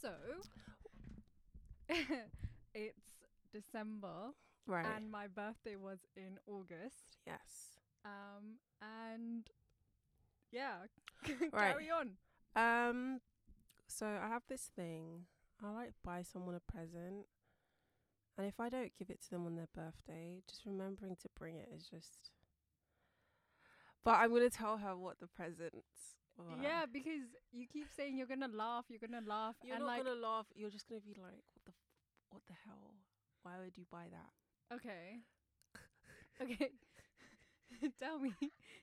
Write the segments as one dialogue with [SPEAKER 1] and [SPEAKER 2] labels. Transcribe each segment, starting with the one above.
[SPEAKER 1] So it's December
[SPEAKER 2] Right.
[SPEAKER 1] and my birthday was in August.
[SPEAKER 2] Um, yes.
[SPEAKER 1] Um and yeah, carry on.
[SPEAKER 2] Um so I have this thing. I like buy someone a present. And if I don't give it to them on their birthday, just remembering to bring it is just But I'm gonna tell her what the presents are.
[SPEAKER 1] Yeah, because you keep saying you're gonna laugh, you're gonna laugh,
[SPEAKER 2] You're
[SPEAKER 1] and
[SPEAKER 2] not
[SPEAKER 1] like
[SPEAKER 2] gonna laugh, you're just gonna be like, What the f- what the hell? Why would you buy that?
[SPEAKER 1] okay, okay, tell me,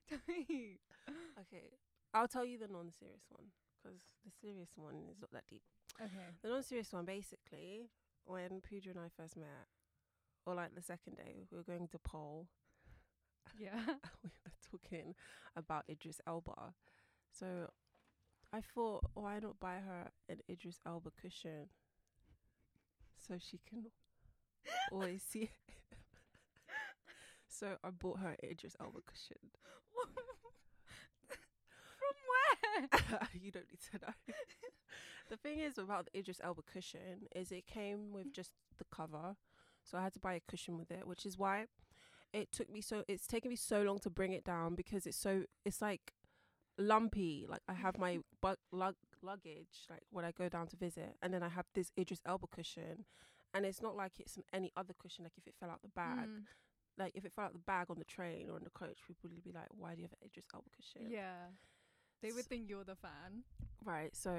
[SPEAKER 1] tell me.
[SPEAKER 2] Okay. I'll tell you the non serious one because the serious one is not that deep.
[SPEAKER 1] Okay,
[SPEAKER 2] The non serious one, basically, when Pooja and I first met, or like the second day, we were going to Pole.
[SPEAKER 1] yeah,
[SPEAKER 2] we were talking about Idris Elba. So I thought, why not buy her an Idris Elba cushion so she can always see it? so I bought her an Idris Elba cushion.
[SPEAKER 1] from where?
[SPEAKER 2] you don't need to know. the thing is about the Idris Elba cushion is it came with just the cover, so I had to buy a cushion with it, which is why it took me so. It's taken me so long to bring it down because it's so. It's like lumpy. Like I have my bu- lug- luggage, like when I go down to visit, and then I have this Idris Elba cushion, and it's not like it's an, any other cushion. Like if it fell out the bag.
[SPEAKER 1] Mm,
[SPEAKER 2] Like if it fell out the bag on the train or on the coach, people would be like, "Why do you have an Idris Elba cushion?"
[SPEAKER 1] yeah, they would
[SPEAKER 2] So-
[SPEAKER 1] think you're the fan.
[SPEAKER 2] Right. So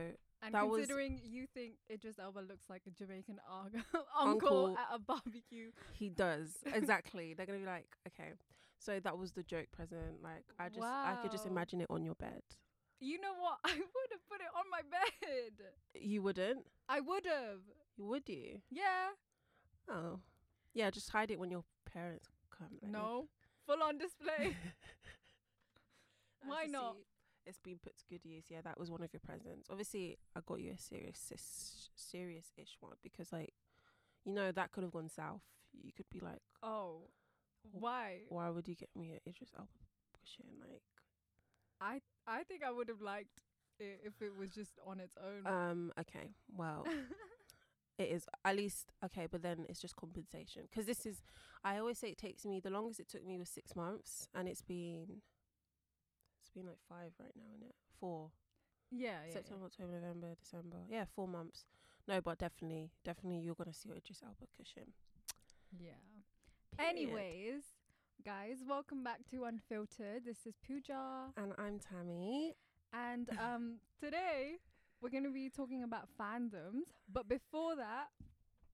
[SPEAKER 1] And
[SPEAKER 2] That was-
[SPEAKER 1] considering you think Idris Elba looks like a Jamaican arg- uncle,
[SPEAKER 2] Uncle.
[SPEAKER 1] at a barbecue,
[SPEAKER 2] He does exactly. They're gonna be like, okay, so that was the joke present. Like, I just, I could just
[SPEAKER 1] Wow.
[SPEAKER 2] imagine it on your bed.
[SPEAKER 1] you know what? I would have put it on my bed.
[SPEAKER 2] You wouldn't,
[SPEAKER 1] I would have.
[SPEAKER 2] would you?
[SPEAKER 1] Yeah.
[SPEAKER 2] Oh, yeah, just hide it when your parents come. like,
[SPEAKER 1] No. Full on display.
[SPEAKER 2] I
[SPEAKER 1] why
[SPEAKER 2] see
[SPEAKER 1] not?
[SPEAKER 2] It's been put to good use. Yeah, that was one of your presents. Obviously, I got you a serious, serious-ish one because, like, you know, that could have gone south. You could be like,
[SPEAKER 1] Oh. Why?
[SPEAKER 2] why would you get me an Idris Elba cushion? Like,
[SPEAKER 1] I I think I would have liked it if it was just on its own.
[SPEAKER 2] um, okay, well. It is at least okay, but then it's just compensation because this is. I always say it takes me the longest it took me was six months, and it's been it's been like five right now, isn't it? Four
[SPEAKER 1] yeah, yeah.
[SPEAKER 2] September, October, November, December. Yeah, four months. No, but definitely, definitely, you're gonna see what Idris Elba cushion.
[SPEAKER 1] Yeah.
[SPEAKER 2] Period.
[SPEAKER 1] Anyways, guys, welcome back to Unfiltered. This is Pooja.
[SPEAKER 2] and I'm Tammy.
[SPEAKER 1] And um today we're gonna be talking about fandoms. But before that,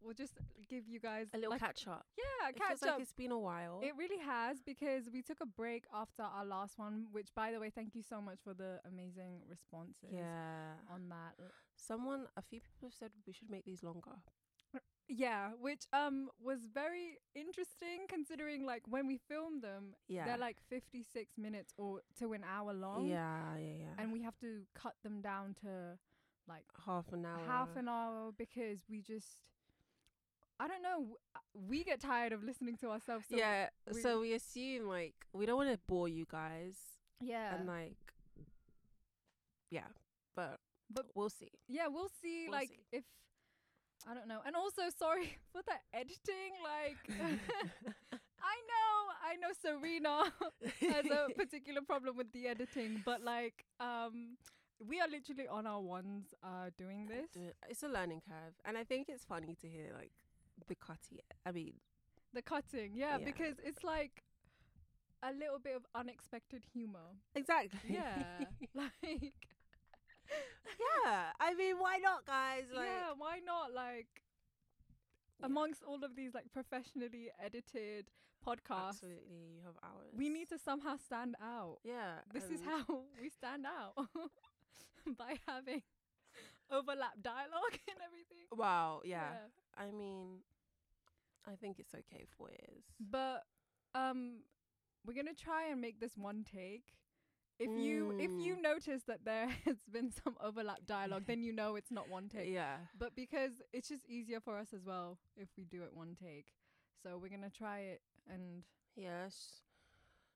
[SPEAKER 1] we'll just give you guys
[SPEAKER 2] A little
[SPEAKER 1] like,
[SPEAKER 2] catch up.
[SPEAKER 1] yeah,
[SPEAKER 2] it feels
[SPEAKER 1] catch up.
[SPEAKER 2] like it's been a while.
[SPEAKER 1] It really has because we took a break after our last one, which by the way, thank you so much for the amazing responses
[SPEAKER 2] yeah,
[SPEAKER 1] on that.
[SPEAKER 2] someone, a few people have said we should make these longer.
[SPEAKER 1] Yeah, which um was very interesting considering like when we filmed them,
[SPEAKER 2] Yeah,
[SPEAKER 1] they're like 56 minutes or to an hour long.
[SPEAKER 2] yeah, yeah, yeah,
[SPEAKER 1] And we have to cut them down to like
[SPEAKER 2] half an hour,
[SPEAKER 1] half an hour because we just I don't know, w- uh, we get tired of listening to ourselves. So
[SPEAKER 2] yeah
[SPEAKER 1] we-
[SPEAKER 2] so we assume like we don't want to bore you guys
[SPEAKER 1] Yeah.
[SPEAKER 2] and like yeah but
[SPEAKER 1] But-
[SPEAKER 2] we'll see
[SPEAKER 1] yeah, we'll see
[SPEAKER 2] We'll
[SPEAKER 1] like
[SPEAKER 2] see.
[SPEAKER 1] if I don't know. And also sorry for the editing like I know, I know Serena has a particular problem with the editing, but like, um, we are literally on our ones uh, doing this.
[SPEAKER 2] it's a learning curve and i think it's funny to hear like the cutty i mean
[SPEAKER 1] The cutting, yeah,
[SPEAKER 2] Yeah.
[SPEAKER 1] because it's like a little bit of unexpected humor.
[SPEAKER 2] exactly
[SPEAKER 1] Yeah, like,
[SPEAKER 2] yeah i mean why not guys like
[SPEAKER 1] yeah, why not? Like,
[SPEAKER 2] Yeah.
[SPEAKER 1] amongst all of these like professionally edited podcasts,
[SPEAKER 2] absolutely you have hours
[SPEAKER 1] we need to somehow stand out.
[SPEAKER 2] yeah
[SPEAKER 1] This is
[SPEAKER 2] and-
[SPEAKER 1] how we stand out by having overlap dialogue and everything.
[SPEAKER 2] wow yeah. i mean i think it's okay for what it is
[SPEAKER 1] But um we're gonna try and make this one take. If you if
[SPEAKER 2] Mm.
[SPEAKER 1] you notice that there has been some overlap dialogue, then you know it's not one take.
[SPEAKER 2] yeah
[SPEAKER 1] But because it's just easier for us as well if we do it one take. So we're gonna try it and
[SPEAKER 2] yes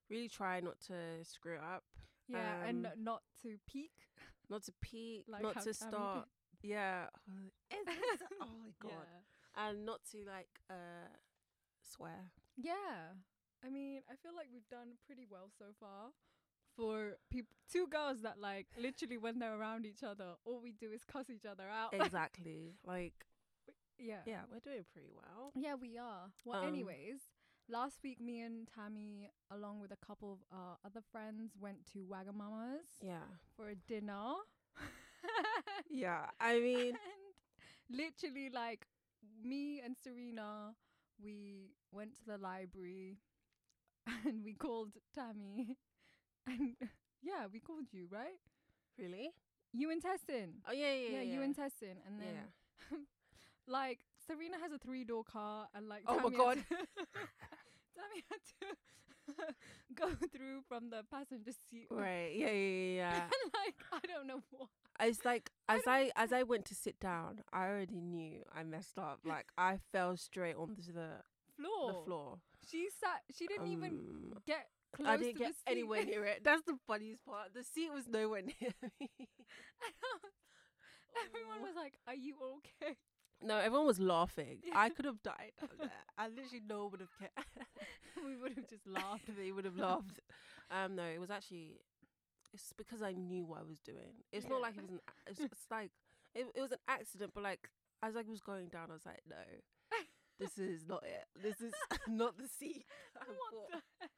[SPEAKER 2] really try not to screw it up
[SPEAKER 1] yeah, uh, and
[SPEAKER 2] Um,
[SPEAKER 1] not to peak
[SPEAKER 2] not to peak,
[SPEAKER 1] like
[SPEAKER 2] not
[SPEAKER 1] how
[SPEAKER 2] to
[SPEAKER 1] Tammy
[SPEAKER 2] start yeah. Is this- oh my god. And not to like uh swear.
[SPEAKER 1] Yeah. I mean, I feel like we've done pretty well so far for peop- two girls that like literally when they're around each other, all we do is cuss each other out.
[SPEAKER 2] Exactly. like
[SPEAKER 1] yeah.
[SPEAKER 2] Oh. yeah, we're doing pretty well.
[SPEAKER 1] Yeah, we are. Well,
[SPEAKER 2] Um,
[SPEAKER 1] anyways, last week me and Tammy, along with a couple of our other friends, went to Wagamama's
[SPEAKER 2] Yeah.
[SPEAKER 1] for a dinner.
[SPEAKER 2] Yeah. I mean
[SPEAKER 1] and literally, like me and Serena, we went to the library and we called Tammy, and yeah, we called you, right?
[SPEAKER 2] Really?
[SPEAKER 1] You and Tessin.
[SPEAKER 2] Oh yeah, yeah.
[SPEAKER 1] yeah, you and Tessin, and
[SPEAKER 2] yeah.
[SPEAKER 1] then like Serena has a three door car, and like
[SPEAKER 2] Oh my
[SPEAKER 1] Tammy had to- Tammy had to go through from the passenger seat,
[SPEAKER 2] Right. Yeah, yeah, yeah, yeah.
[SPEAKER 1] and like I don't know what.
[SPEAKER 2] It's like
[SPEAKER 1] I
[SPEAKER 2] as
[SPEAKER 1] don't-
[SPEAKER 2] I as I went to sit down, I already knew I messed up. Like I fell straight onto the
[SPEAKER 1] Floor.
[SPEAKER 2] the floor.
[SPEAKER 1] She sat. She didn't even
[SPEAKER 2] Um,
[SPEAKER 1] get close
[SPEAKER 2] I didn't
[SPEAKER 1] to
[SPEAKER 2] get
[SPEAKER 1] the seat.
[SPEAKER 2] anywhere near it. That's the funniest part. The seat was nowhere near me.
[SPEAKER 1] Everyone
[SPEAKER 2] Oh.
[SPEAKER 1] was like, "Are you okay?"
[SPEAKER 2] No, everyone was laughing.
[SPEAKER 1] Yeah.
[SPEAKER 2] I could have died down there. I literally no one would have cared.
[SPEAKER 1] we would have just laughed.
[SPEAKER 2] they would have laughed. Um, no, it was actually it's because I knew what I was doing. It's
[SPEAKER 1] Yeah.
[SPEAKER 2] not like it was an. a- It's, it's like it, it was an accident, but like as I was going down, I was like, no, this is not it. This is not the seat. I
[SPEAKER 1] What
[SPEAKER 2] bought."
[SPEAKER 1] the-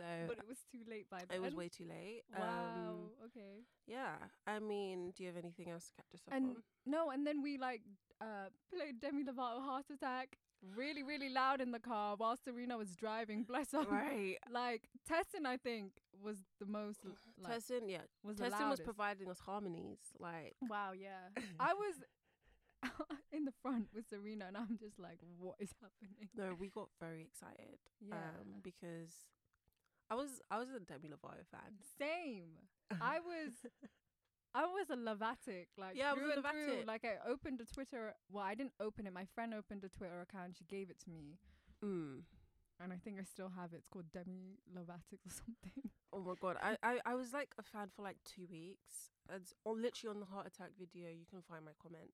[SPEAKER 2] So
[SPEAKER 1] but it was too late by then.
[SPEAKER 2] it was way too late.
[SPEAKER 1] Wow.
[SPEAKER 2] Um,
[SPEAKER 1] okay.
[SPEAKER 2] yeah. I mean, do you have anything else to catch us up
[SPEAKER 1] And-
[SPEAKER 2] on?
[SPEAKER 1] No, and then we like uh played Demi Lovato "Heart Attack" really, really loud in the car while Serena was driving. Bless her.
[SPEAKER 2] Right,
[SPEAKER 1] Like Tessin, I think was the most. l- Like,
[SPEAKER 2] Tessin. Yeah,
[SPEAKER 1] was the
[SPEAKER 2] Tessin was
[SPEAKER 1] loudest.
[SPEAKER 2] providing us harmonies. Like,
[SPEAKER 1] Wow. Yeah. I was in the front with Serena, and I'm just like, what is happening?
[SPEAKER 2] no, we got very excited.
[SPEAKER 1] Yeah.
[SPEAKER 2] um, because I was I was a Demi Lovato fan.
[SPEAKER 1] Same. I was I was a Lavatic, like
[SPEAKER 2] Yeah, I was
[SPEAKER 1] through
[SPEAKER 2] a
[SPEAKER 1] and through.
[SPEAKER 2] Lavatic.
[SPEAKER 1] Like I opened a Twitter well, I didn't open it. My friend opened a Twitter account, she gave it to me.
[SPEAKER 2] Mm.
[SPEAKER 1] And I think I still have it. It's called Demi Lovatic or something.
[SPEAKER 2] Oh my god, I, I I was like a fan for like two weeks. It's on literally on the heart attack video. You can find my comment.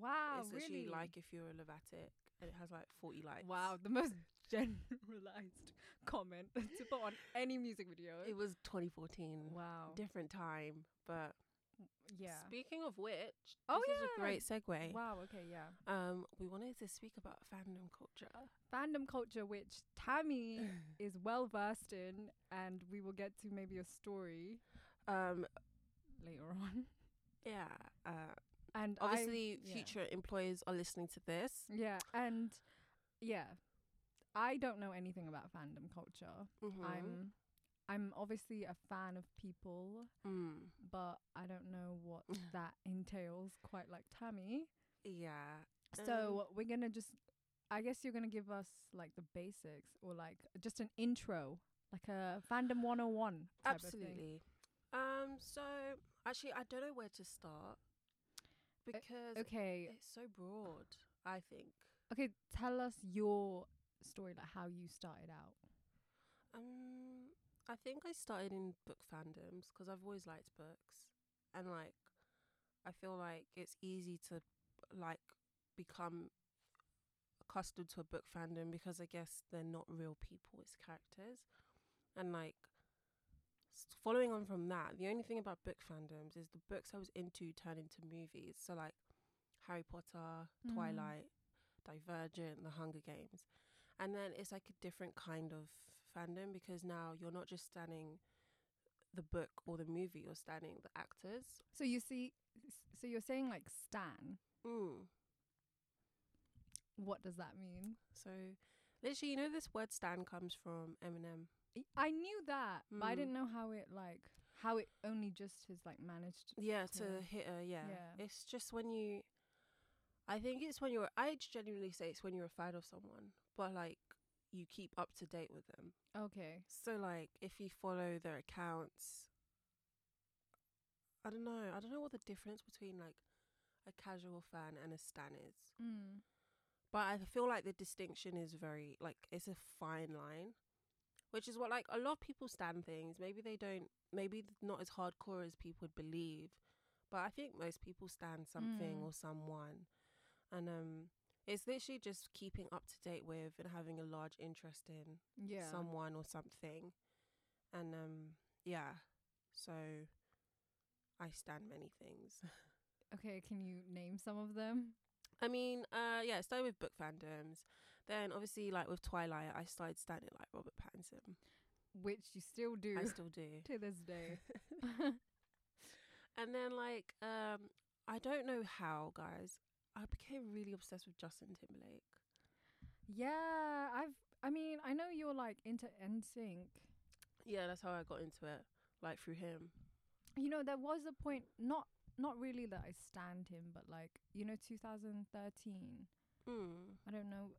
[SPEAKER 1] Wow.
[SPEAKER 2] it's literally
[SPEAKER 1] really?
[SPEAKER 2] like if you're a Levatic, and it has like forty likes.
[SPEAKER 1] Wow, the most generalized comment to put on any music video.
[SPEAKER 2] it was 2014,
[SPEAKER 1] wow.
[SPEAKER 2] different time. But
[SPEAKER 1] Yeah.
[SPEAKER 2] speaking of which,
[SPEAKER 1] Oh,
[SPEAKER 2] this
[SPEAKER 1] yeah.
[SPEAKER 2] is a great segue.
[SPEAKER 1] Wow, okay, yeah.
[SPEAKER 2] Um, we wanted to speak about fandom culture.
[SPEAKER 1] Fandom culture which Tammy is well versed in and we will get to maybe a story
[SPEAKER 2] Um,
[SPEAKER 1] later on.
[SPEAKER 2] yeah. Uh,
[SPEAKER 1] And I-
[SPEAKER 2] obviously,
[SPEAKER 1] yeah.
[SPEAKER 2] future employers are listening to this.
[SPEAKER 1] Yeah, and yeah, I don't know anything about fandom culture.
[SPEAKER 2] Mhm.
[SPEAKER 1] I'm I'm obviously a fan of people,
[SPEAKER 2] Mm.
[SPEAKER 1] but I don't know what that entails quite like Tammy.
[SPEAKER 2] Yeah.
[SPEAKER 1] So
[SPEAKER 2] Mm-hmm.
[SPEAKER 1] we're going to just I guess you're going to give us like the basics or like just an intro, like a fandom 101 type Of thing.
[SPEAKER 2] Absolutely. Um. So actually, I don't know where to start because
[SPEAKER 1] Okay.
[SPEAKER 2] it's so broad. I think.
[SPEAKER 1] Okay, tell us your story like how you started out.
[SPEAKER 2] Um. I think I started in book fandoms because I've always liked books, and like, I feel like it's easy to like become accustomed to a book fandom because I guess they're not real people; it's characters, and like. s- Following on from that, the only thing about book fandoms is the books I was into turned into movies. So, like Harry Potter,
[SPEAKER 1] Mm.
[SPEAKER 2] Twilight, Divergent, The Hunger Games. And then it's like a different kind of fandom because now you're not just standing the book or the movie, you're standing the actors.
[SPEAKER 1] So you see so you're saying like stan.
[SPEAKER 2] Mm.
[SPEAKER 1] What does that mean?
[SPEAKER 2] So, literally, you know, this word stan comes from Eminem.
[SPEAKER 1] I- I knew that, but I
[SPEAKER 2] Mm.
[SPEAKER 1] didn't know how it like how it only just has like managed.
[SPEAKER 2] Yeah,
[SPEAKER 1] to-
[SPEAKER 2] to hit a yeah.
[SPEAKER 1] yeah.
[SPEAKER 2] It's just when you I think it's when you're I genuinely say it's when you're a fan of someone, but like you keep up to date with them.
[SPEAKER 1] Okay,
[SPEAKER 2] So like if you follow their accounts I don't know. I don't know what the difference between like a casual fan and a stan is.
[SPEAKER 1] mm.
[SPEAKER 2] But I feel like the distinction is very like it's a fine line. Which is what like a lot of people stan things. Maybe they don't maybe not as hardcore as people would believe, But I think most people stand something
[SPEAKER 1] Mm.
[SPEAKER 2] or someone, and um, it's literally just keeping up to date with and having a large interest in
[SPEAKER 1] Yeah.
[SPEAKER 2] someone or something, and um, yeah. So I stand many things.
[SPEAKER 1] Okay, can you name some of them?
[SPEAKER 2] I mean, uh, yeah, it started with book fandoms. Then obviously, like with Twilight, I started standing like Robert Pattinson.
[SPEAKER 1] Which you still do
[SPEAKER 2] I still do.
[SPEAKER 1] to this day.
[SPEAKER 2] And then like, um, I don't know how, guys. I became really obsessed with Justin Timberlake.
[SPEAKER 1] yeah, I've. I mean, I know you're like into NSYNC.
[SPEAKER 2] Yeah, that's how I got into it, like through him.
[SPEAKER 1] You know, there was a point not not really that I stand him, but like you know, 2013.
[SPEAKER 2] Mm.
[SPEAKER 1] I don't know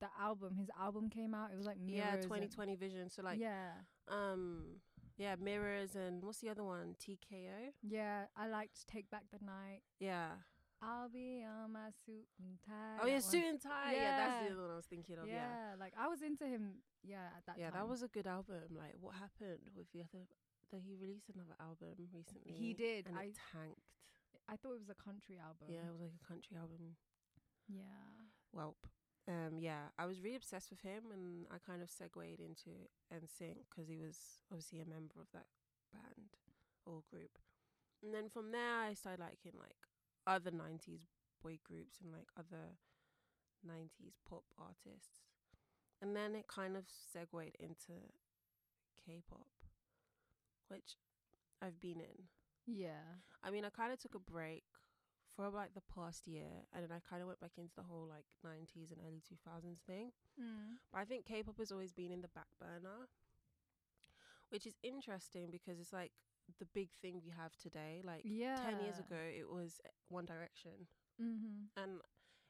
[SPEAKER 1] the album. His album came out. It was like mirrors.
[SPEAKER 2] Yeah,
[SPEAKER 1] and-
[SPEAKER 2] 2020 vision. So like,
[SPEAKER 1] yeah,
[SPEAKER 2] um, yeah, mirrors and what's the other one? TKO.
[SPEAKER 1] yeah. I liked Take Back the Night.
[SPEAKER 2] Yeah.
[SPEAKER 1] I'll be on my suit and tie.
[SPEAKER 2] oh yeah,
[SPEAKER 1] that one.
[SPEAKER 2] suit and tie. Yeah. that's
[SPEAKER 1] Yeah.
[SPEAKER 2] the other one I was thinking of.
[SPEAKER 1] Yeah,
[SPEAKER 2] yeah.
[SPEAKER 1] like I was into him. Yeah, at that
[SPEAKER 2] yeah,
[SPEAKER 1] time.
[SPEAKER 2] that was a good album. Like, what happened with the other? That he released another album recently.
[SPEAKER 1] did.
[SPEAKER 2] and
[SPEAKER 1] I-
[SPEAKER 2] it tanked.
[SPEAKER 1] I thought it was a country album.
[SPEAKER 2] Yeah, it was like a country album.
[SPEAKER 1] Yeah.
[SPEAKER 2] Welp. Um, yeah, I was really obsessed with him, and I kind of segued into NSYNC because he was obviously a member of that band or group. And then from there, I started liking like other '90s boy groups and like other '90s pop artists, and then it kind of segued into K-pop, which I've been in.
[SPEAKER 1] Yeah.
[SPEAKER 2] I mean, I kind of took a break for like the past year, and then I kind of went back into the whole like 90s and early 2000s thing.
[SPEAKER 1] Mm.
[SPEAKER 2] But I think K pop has always been in the back burner, which is interesting because it's like the big thing we have today. Like
[SPEAKER 1] Yeah.
[SPEAKER 2] 10 years ago, it was One Direction.
[SPEAKER 1] Mm-hmm.
[SPEAKER 2] And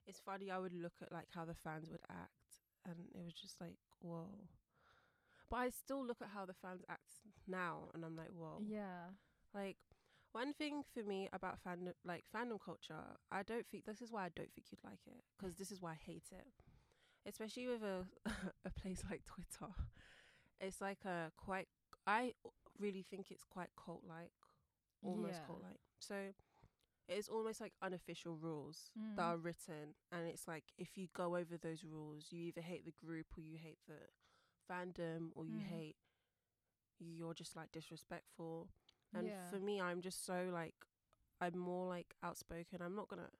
[SPEAKER 2] it's funny, I would look at like how the fans would act, and it was just like, whoa. But I still look at how the fans act now, and I'm like, whoa.
[SPEAKER 1] Yeah.
[SPEAKER 2] Like one thing for me about fandom, like fandom culture, I don't think this is why I don't think you'd like it because this is why I hate it, especially with a a place like Twitter. It's like a quite. I really think it's quite cult like, almost
[SPEAKER 1] Yeah.
[SPEAKER 2] cult like. So it's almost like unofficial rules
[SPEAKER 1] Mm.
[SPEAKER 2] that are written, and it's like if you go over those rules, you either hate the group or you hate the fandom or you
[SPEAKER 1] Mm.
[SPEAKER 2] hate. You're just like disrespectful. And
[SPEAKER 1] yeah.
[SPEAKER 2] for me, I'm just so like, I'm more like outspoken. I'm not gonna.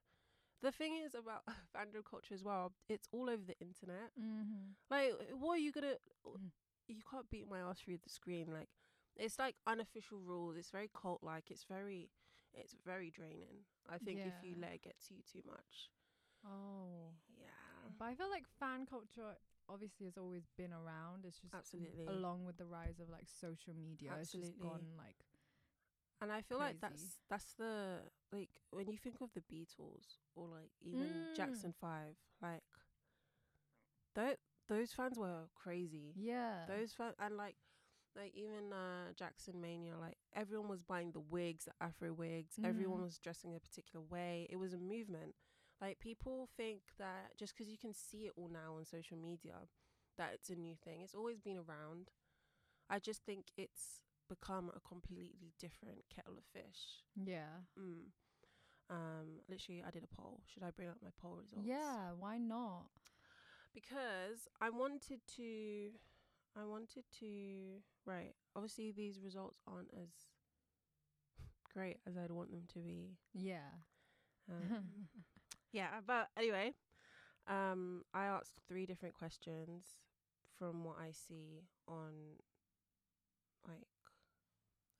[SPEAKER 2] The thing is about fandom culture as well, it's all over the internet.
[SPEAKER 1] mm-hmm.
[SPEAKER 2] Like, what are you gonna.
[SPEAKER 1] Mm.
[SPEAKER 2] You can't beat my ass through the screen. Like, it's like unofficial rules. It's very cult like. It's very. It's very draining. I think if you
[SPEAKER 1] Yeah.
[SPEAKER 2] let it get to you too much.
[SPEAKER 1] Oh.
[SPEAKER 2] Yeah.
[SPEAKER 1] But I feel like fan culture obviously has always been around. It's just
[SPEAKER 2] Absolutely.
[SPEAKER 1] along with the rise of like social media, it's just
[SPEAKER 2] Absolutely.
[SPEAKER 1] gone like
[SPEAKER 2] And I feel like
[SPEAKER 1] Crazy.
[SPEAKER 2] that's that's the like when you think of the Beatles or like even
[SPEAKER 1] Mm.
[SPEAKER 2] Jackson Five, like those those fans were crazy.
[SPEAKER 1] yeah.
[SPEAKER 2] Those fans and like like even uh Jackson Mania, like everyone was buying the wigs, the Afro wigs. Everyone
[SPEAKER 1] Mhm.
[SPEAKER 2] was dressing a particular way. It was a movement. Like people think that just 'cause you can see it all now on social media, that it's a new thing. It's always been around. I just think it's become a completely different kettle of fish.
[SPEAKER 1] yeah.
[SPEAKER 2] Mm. Um, literally, I did a poll. Should I bring up my poll results?
[SPEAKER 1] Yeah, why not?
[SPEAKER 2] because I wanted to, I wanted to. Right, obviously these results aren't as great as I'd want them to be.
[SPEAKER 1] Yeah.
[SPEAKER 2] Um, yeah, but anyway, um, I asked three different questions from what I see on, like,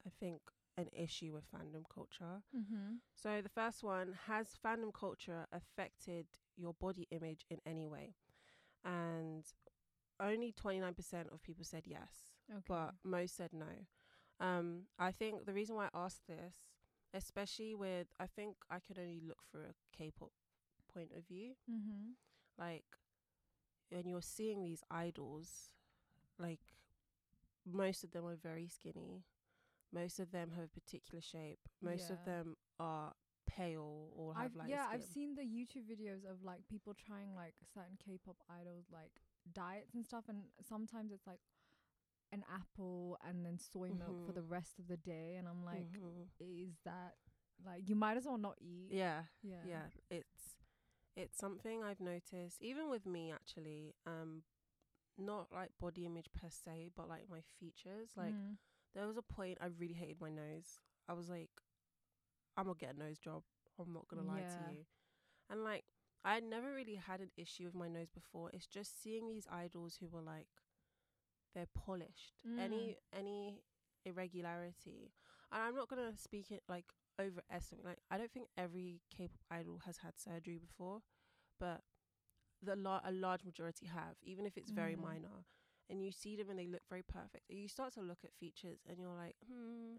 [SPEAKER 2] I think an issue with fandom culture.
[SPEAKER 1] mm-hmm.
[SPEAKER 2] So the first one has fandom culture affected your body image in any way? And only 29% of people said yes,
[SPEAKER 1] Okay.
[SPEAKER 2] but most said no. Um, I think the reason why I asked this, especially with, I think I could only look for a K-pop point of view.
[SPEAKER 1] mm-hmm.
[SPEAKER 2] Like when you're seeing these idols, like most of them are very skinny. Most of them have a particular shape. Most
[SPEAKER 1] Yeah.
[SPEAKER 2] of them are pale or have
[SPEAKER 1] I've,
[SPEAKER 2] light
[SPEAKER 1] yeah,
[SPEAKER 2] skin.
[SPEAKER 1] I've seen the YouTube videos of like people trying like certain K-pop idols like diets and stuff, and sometimes it's like an apple and then soy milk for
[SPEAKER 2] Mhm.
[SPEAKER 1] the rest of the day, and I'm like,
[SPEAKER 2] Mhm.
[SPEAKER 1] is that Like you might as well not eat.
[SPEAKER 2] Yeah,
[SPEAKER 1] Yeah.
[SPEAKER 2] yeah. It's it's something I've noticed, even with me actually. Um, not like body image per se, but like my features. Like
[SPEAKER 1] Mm.
[SPEAKER 2] there was a point I really hated my nose. I was like, I'm gonna get a nose job. I'm not gonna lie
[SPEAKER 1] Yeah.
[SPEAKER 2] to you. And like, I had never really had an issue with my nose before. It's just seeing these idols who were like, they're polished. Any any irregularity, and I'm not gonna speak it like overestimate. Like, I don't think every K-pop idol has had surgery before, but the la- a large majority have, even if it's very
[SPEAKER 1] Mhm.
[SPEAKER 2] minor. And you see them and they look very perfect. You start to look at features and you're like, hmm.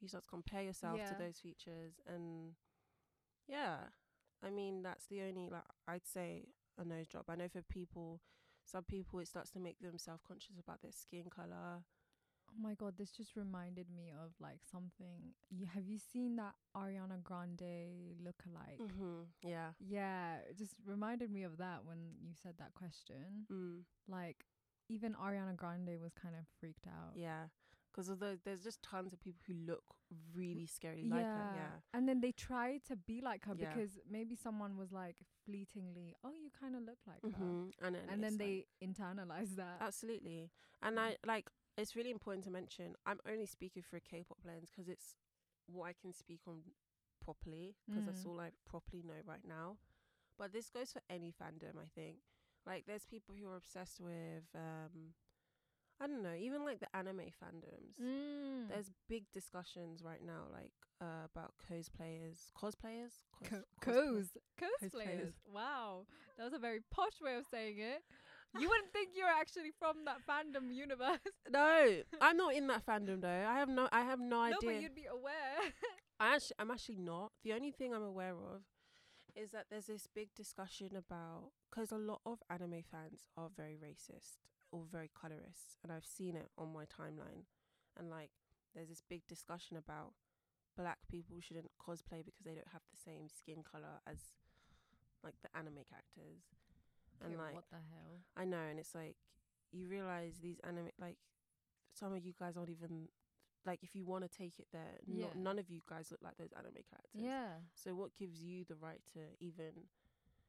[SPEAKER 2] You start to compare yourself
[SPEAKER 1] Yeah.
[SPEAKER 2] to those features and yeah. I mean, that's the only like I'd say a nose job. I know for people, some people it starts to make them self conscious about their skin color.
[SPEAKER 1] Oh my god, this just reminded me of like something. You, have you seen that Ariana Grande lookalike?
[SPEAKER 2] Mm-hmm. Yeah.
[SPEAKER 1] Yeah, it just reminded me of that when you said that question.
[SPEAKER 2] Mm.
[SPEAKER 1] Like even Ariana Grande was kind of freaked out.
[SPEAKER 2] Yeah. Because although there's just tons of people who look really scarily like her. Yeah.
[SPEAKER 1] And then they tried to be like her
[SPEAKER 2] Yeah.
[SPEAKER 1] because maybe someone was like fleetingly, "Oh, you kind of look like her,"
[SPEAKER 2] Mhm. And,
[SPEAKER 1] and
[SPEAKER 2] it's
[SPEAKER 1] then
[SPEAKER 2] like- Oh,
[SPEAKER 1] they internalized that.
[SPEAKER 2] absolutely.
[SPEAKER 1] Mm.
[SPEAKER 2] And I like it's really important to mention. I'm only speaking for a K-pop lens because it's what I can speak on properly because that's
[SPEAKER 1] Mm.
[SPEAKER 2] all I properly know right now. But this goes for any fandom, I think. Like there's people who are obsessed with um I don't know, even like the anime fandoms.
[SPEAKER 1] Mm.
[SPEAKER 2] There's big discussions right now, like uh, about cosplayers, cosplayers, Cos-
[SPEAKER 1] Co-
[SPEAKER 2] cosplay-
[SPEAKER 1] Co's. Cosplayers.
[SPEAKER 2] Cosplayers.
[SPEAKER 1] Wow. That was a very posh way of saying it. You wouldn't think you're actually from that fandom universe.
[SPEAKER 2] No, I'm not in that fandom though. I have no, I have no
[SPEAKER 1] no,
[SPEAKER 2] idea.
[SPEAKER 1] but you'd be aware.
[SPEAKER 2] I actually, I'm actually not. The only thing I'm aware of is that there's this big discussion about because a lot of anime fans are very racist or very colorist, and I've seen it on my timeline. And like, there's this big discussion about black people shouldn't cosplay because they don't have the same skin color as like the anime characters, and like
[SPEAKER 1] what the hell?
[SPEAKER 2] I know, and it's like you realize these anime like some of you guys aren't even like if you want to take it there,
[SPEAKER 1] Yeah.
[SPEAKER 2] not, none of you guys look like those anime characters.
[SPEAKER 1] Yeah.
[SPEAKER 2] So what gives you the right to even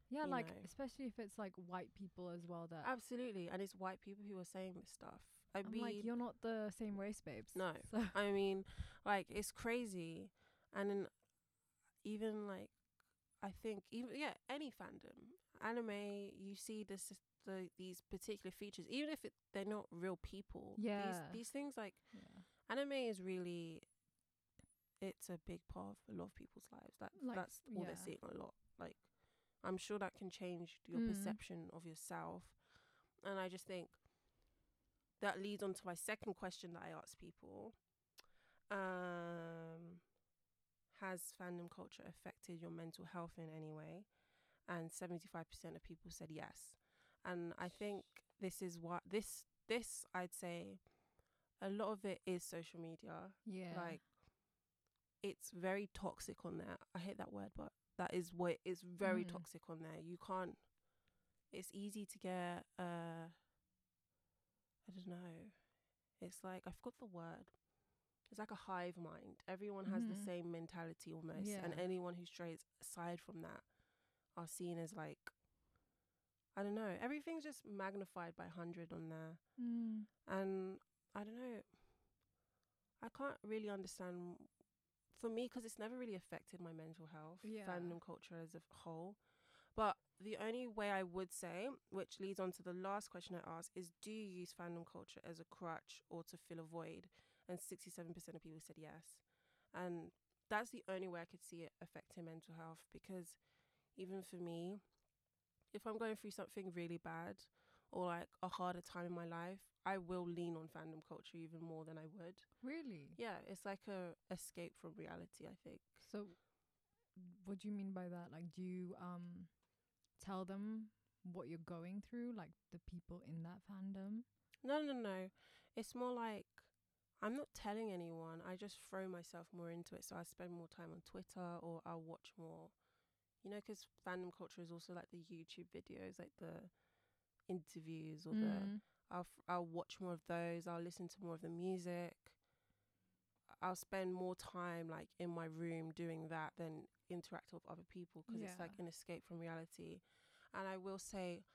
[SPEAKER 1] Yeah,
[SPEAKER 2] you
[SPEAKER 1] like
[SPEAKER 2] know.
[SPEAKER 1] especially if it's like white people as well that
[SPEAKER 2] absolutely? And it's white people who are saying this stuff. I
[SPEAKER 1] I'm
[SPEAKER 2] mean,
[SPEAKER 1] like you're not the same race, babes.
[SPEAKER 2] No.
[SPEAKER 1] So
[SPEAKER 2] I mean, like it's crazy, and then even like I think even yeah any fandom anime you see this the these particular features even if it, they're not real people.
[SPEAKER 1] Yeah.
[SPEAKER 2] these, these things like.
[SPEAKER 1] yeah.
[SPEAKER 2] anime is really it's a big part of a lot of people's lives that
[SPEAKER 1] Like,
[SPEAKER 2] that's all they're
[SPEAKER 1] yeah.
[SPEAKER 2] seeing a lot like i'm sure that can change your
[SPEAKER 1] Mm.
[SPEAKER 2] perception of yourself and i just think that leads on to my second question that i ask people um has fandom culture affected your mental health in any way and 75% of people said yes and i think this is what this this i'd say a lot of it is social media
[SPEAKER 1] Yeah.
[SPEAKER 2] like it's very toxic on there i hate that word but that is what it is very
[SPEAKER 1] Mm.
[SPEAKER 2] toxic on there you can't it's easy to get uh i don't know it's like i forgot the word it's like a hive mind everyone has the
[SPEAKER 1] Mhm.
[SPEAKER 2] same mentality almost and
[SPEAKER 1] Yeah.
[SPEAKER 2] anyone who strays aside from that are seen as like i don't know everything's just magnified by 100 on there
[SPEAKER 1] mm.
[SPEAKER 2] and I don't know. I can't really understand for me 'cause it's never really affected my mental health,
[SPEAKER 1] Yeah.
[SPEAKER 2] fandom culture as a whole. But the only way I would say, which leads on to the last question I asked, is do you use fandom culture as a crutch or to fill a void? And 67% of people said yes. And that's the only way I could see it affecting mental health because even for me, if I'm going through something really bad or like a harder time in my life, I will lean on fandom culture even more than I would.
[SPEAKER 1] Really?
[SPEAKER 2] Yeah, it's like a escape from reality, I think.
[SPEAKER 1] So what do you mean by that? Like do you um tell them what you're going through, like the people in that fandom?
[SPEAKER 2] No, no, no. It's more like I'm not telling anyone. I just throw myself more into it. So I spend more time on Twitter or I'll watch more. You know, 'cause fandom culture is also like the YouTube videos, like the interviews or the
[SPEAKER 1] Mm.
[SPEAKER 2] I'll f- I'll watch more of those. I'll listen to more of the music. I'll spend more time like in my room doing that than interacting with other people because it's
[SPEAKER 1] Yeah.
[SPEAKER 2] like an escape from reality. And I will say,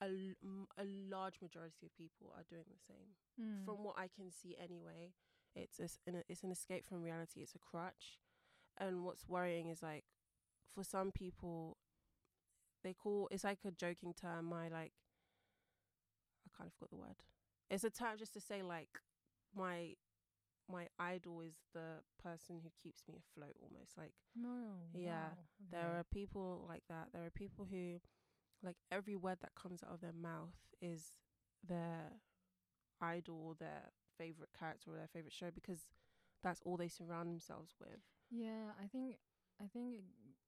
[SPEAKER 2] a, l- m- a large majority of people are doing the same.
[SPEAKER 1] Hmm. Mm.
[SPEAKER 2] From what I can see, anyway, it's it's an, it's an escape from reality. It's a crutch. And what's worrying is like, for some people, they call it's like a joking term. My like, I kind of forgot the word. It's a term just to say like, my my idol is the person who keeps me afloat almost like
[SPEAKER 1] no,
[SPEAKER 2] Yeah,
[SPEAKER 1] wow,
[SPEAKER 2] there
[SPEAKER 1] okay.
[SPEAKER 2] are people like that there are people who like every word that comes out of their mouth is their idol or their favorite character or their favorite show because that's all they surround themselves with
[SPEAKER 1] yeah. I think I think it,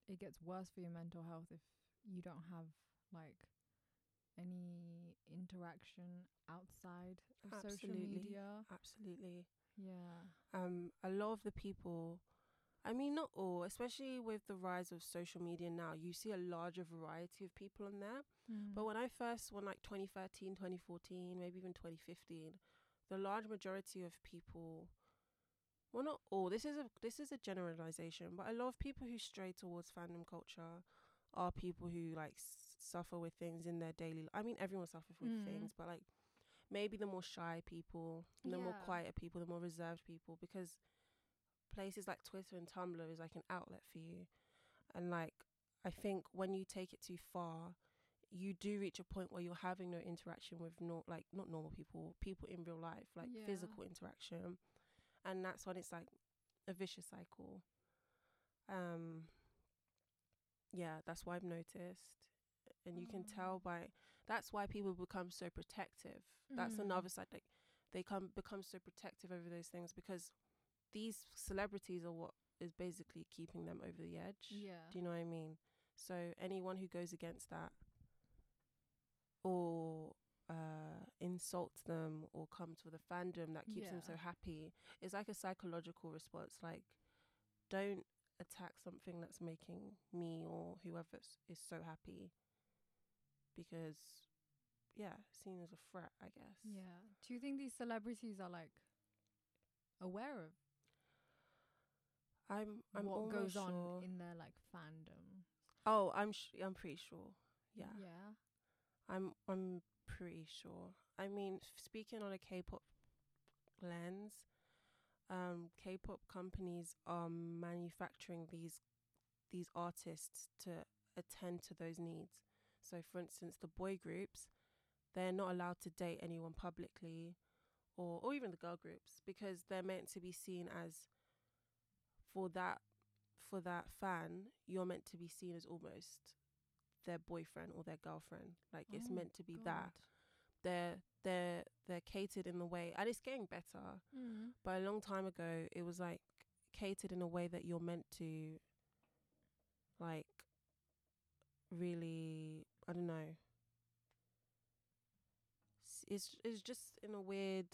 [SPEAKER 1] it gets worse for your mental health if you don't have like any interaction outside of social
[SPEAKER 2] Absolutely.
[SPEAKER 1] media.
[SPEAKER 2] absolutely
[SPEAKER 1] Yeah.
[SPEAKER 2] um a lot of the people i mean not all especially with the rise of social media now you see a larger variety of people on there
[SPEAKER 1] Mm.
[SPEAKER 2] But when I first, when like 2013, 2014, maybe even 2015, the large majority of people, well, not all. This is a this is a generalization, but a lot of people who stray towards fandom culture are people who like s- suffer with things in their daily. li I mean, everyone suffers with
[SPEAKER 1] Mm.
[SPEAKER 2] things, but like maybe the more shy people, the more
[SPEAKER 1] Yeah.
[SPEAKER 2] quieter people, the more reserved people, because places like Twitter and Tumblr is like an outlet for you, and like I think when you take it too far, you do reach a point where you're having no interaction with not like not normal people, people in real life, like
[SPEAKER 1] Yeah.
[SPEAKER 2] physical interaction, and that's when it's like a vicious cycle. Um, yeah, that's what I've noticed, and you can
[SPEAKER 1] Mm.
[SPEAKER 2] tell by that's why people become so protective. That's
[SPEAKER 1] Mm.
[SPEAKER 2] another side, like they come become so protective over those things because these celebrities are what is basically keeping them over the edge.
[SPEAKER 1] yeah.
[SPEAKER 2] Do you know what I mean? So anyone who goes against that or uh, insults them or comes with a fandom that keeps them so
[SPEAKER 1] Yeah.
[SPEAKER 2] happy, it's like a psychological response. Like, don't attack something that's making me or whoever s- is so happy because, yeah, seen as a threat, I guess.
[SPEAKER 1] Yeah. Do you think these celebrities are like aware of
[SPEAKER 2] I'm. I'm
[SPEAKER 1] what goes
[SPEAKER 2] almost
[SPEAKER 1] on
[SPEAKER 2] sure-
[SPEAKER 1] in their like fandom?
[SPEAKER 2] oh, I'm. Sh- I'm pretty sure. Yeah.
[SPEAKER 1] Yeah.
[SPEAKER 2] I'm I'm pretty sure. I mean, f- speaking on a K-pop lens, um, K-pop companies are manufacturing these these artists to attend to those needs. So, for instance, the boy groups, they're not allowed to date anyone publicly, or or even the girl groups because they're meant to be seen as for that for that fan, you're meant to be seen as almost their boyfriend or their girlfriend. Like it's
[SPEAKER 1] Oh,
[SPEAKER 2] meant to be that. They're they're they're catered in the way and it's getting better.
[SPEAKER 1] Mm.
[SPEAKER 2] But a long time ago it was like catered in a way that you're meant to like really I don't know. S- It's it's just in a weird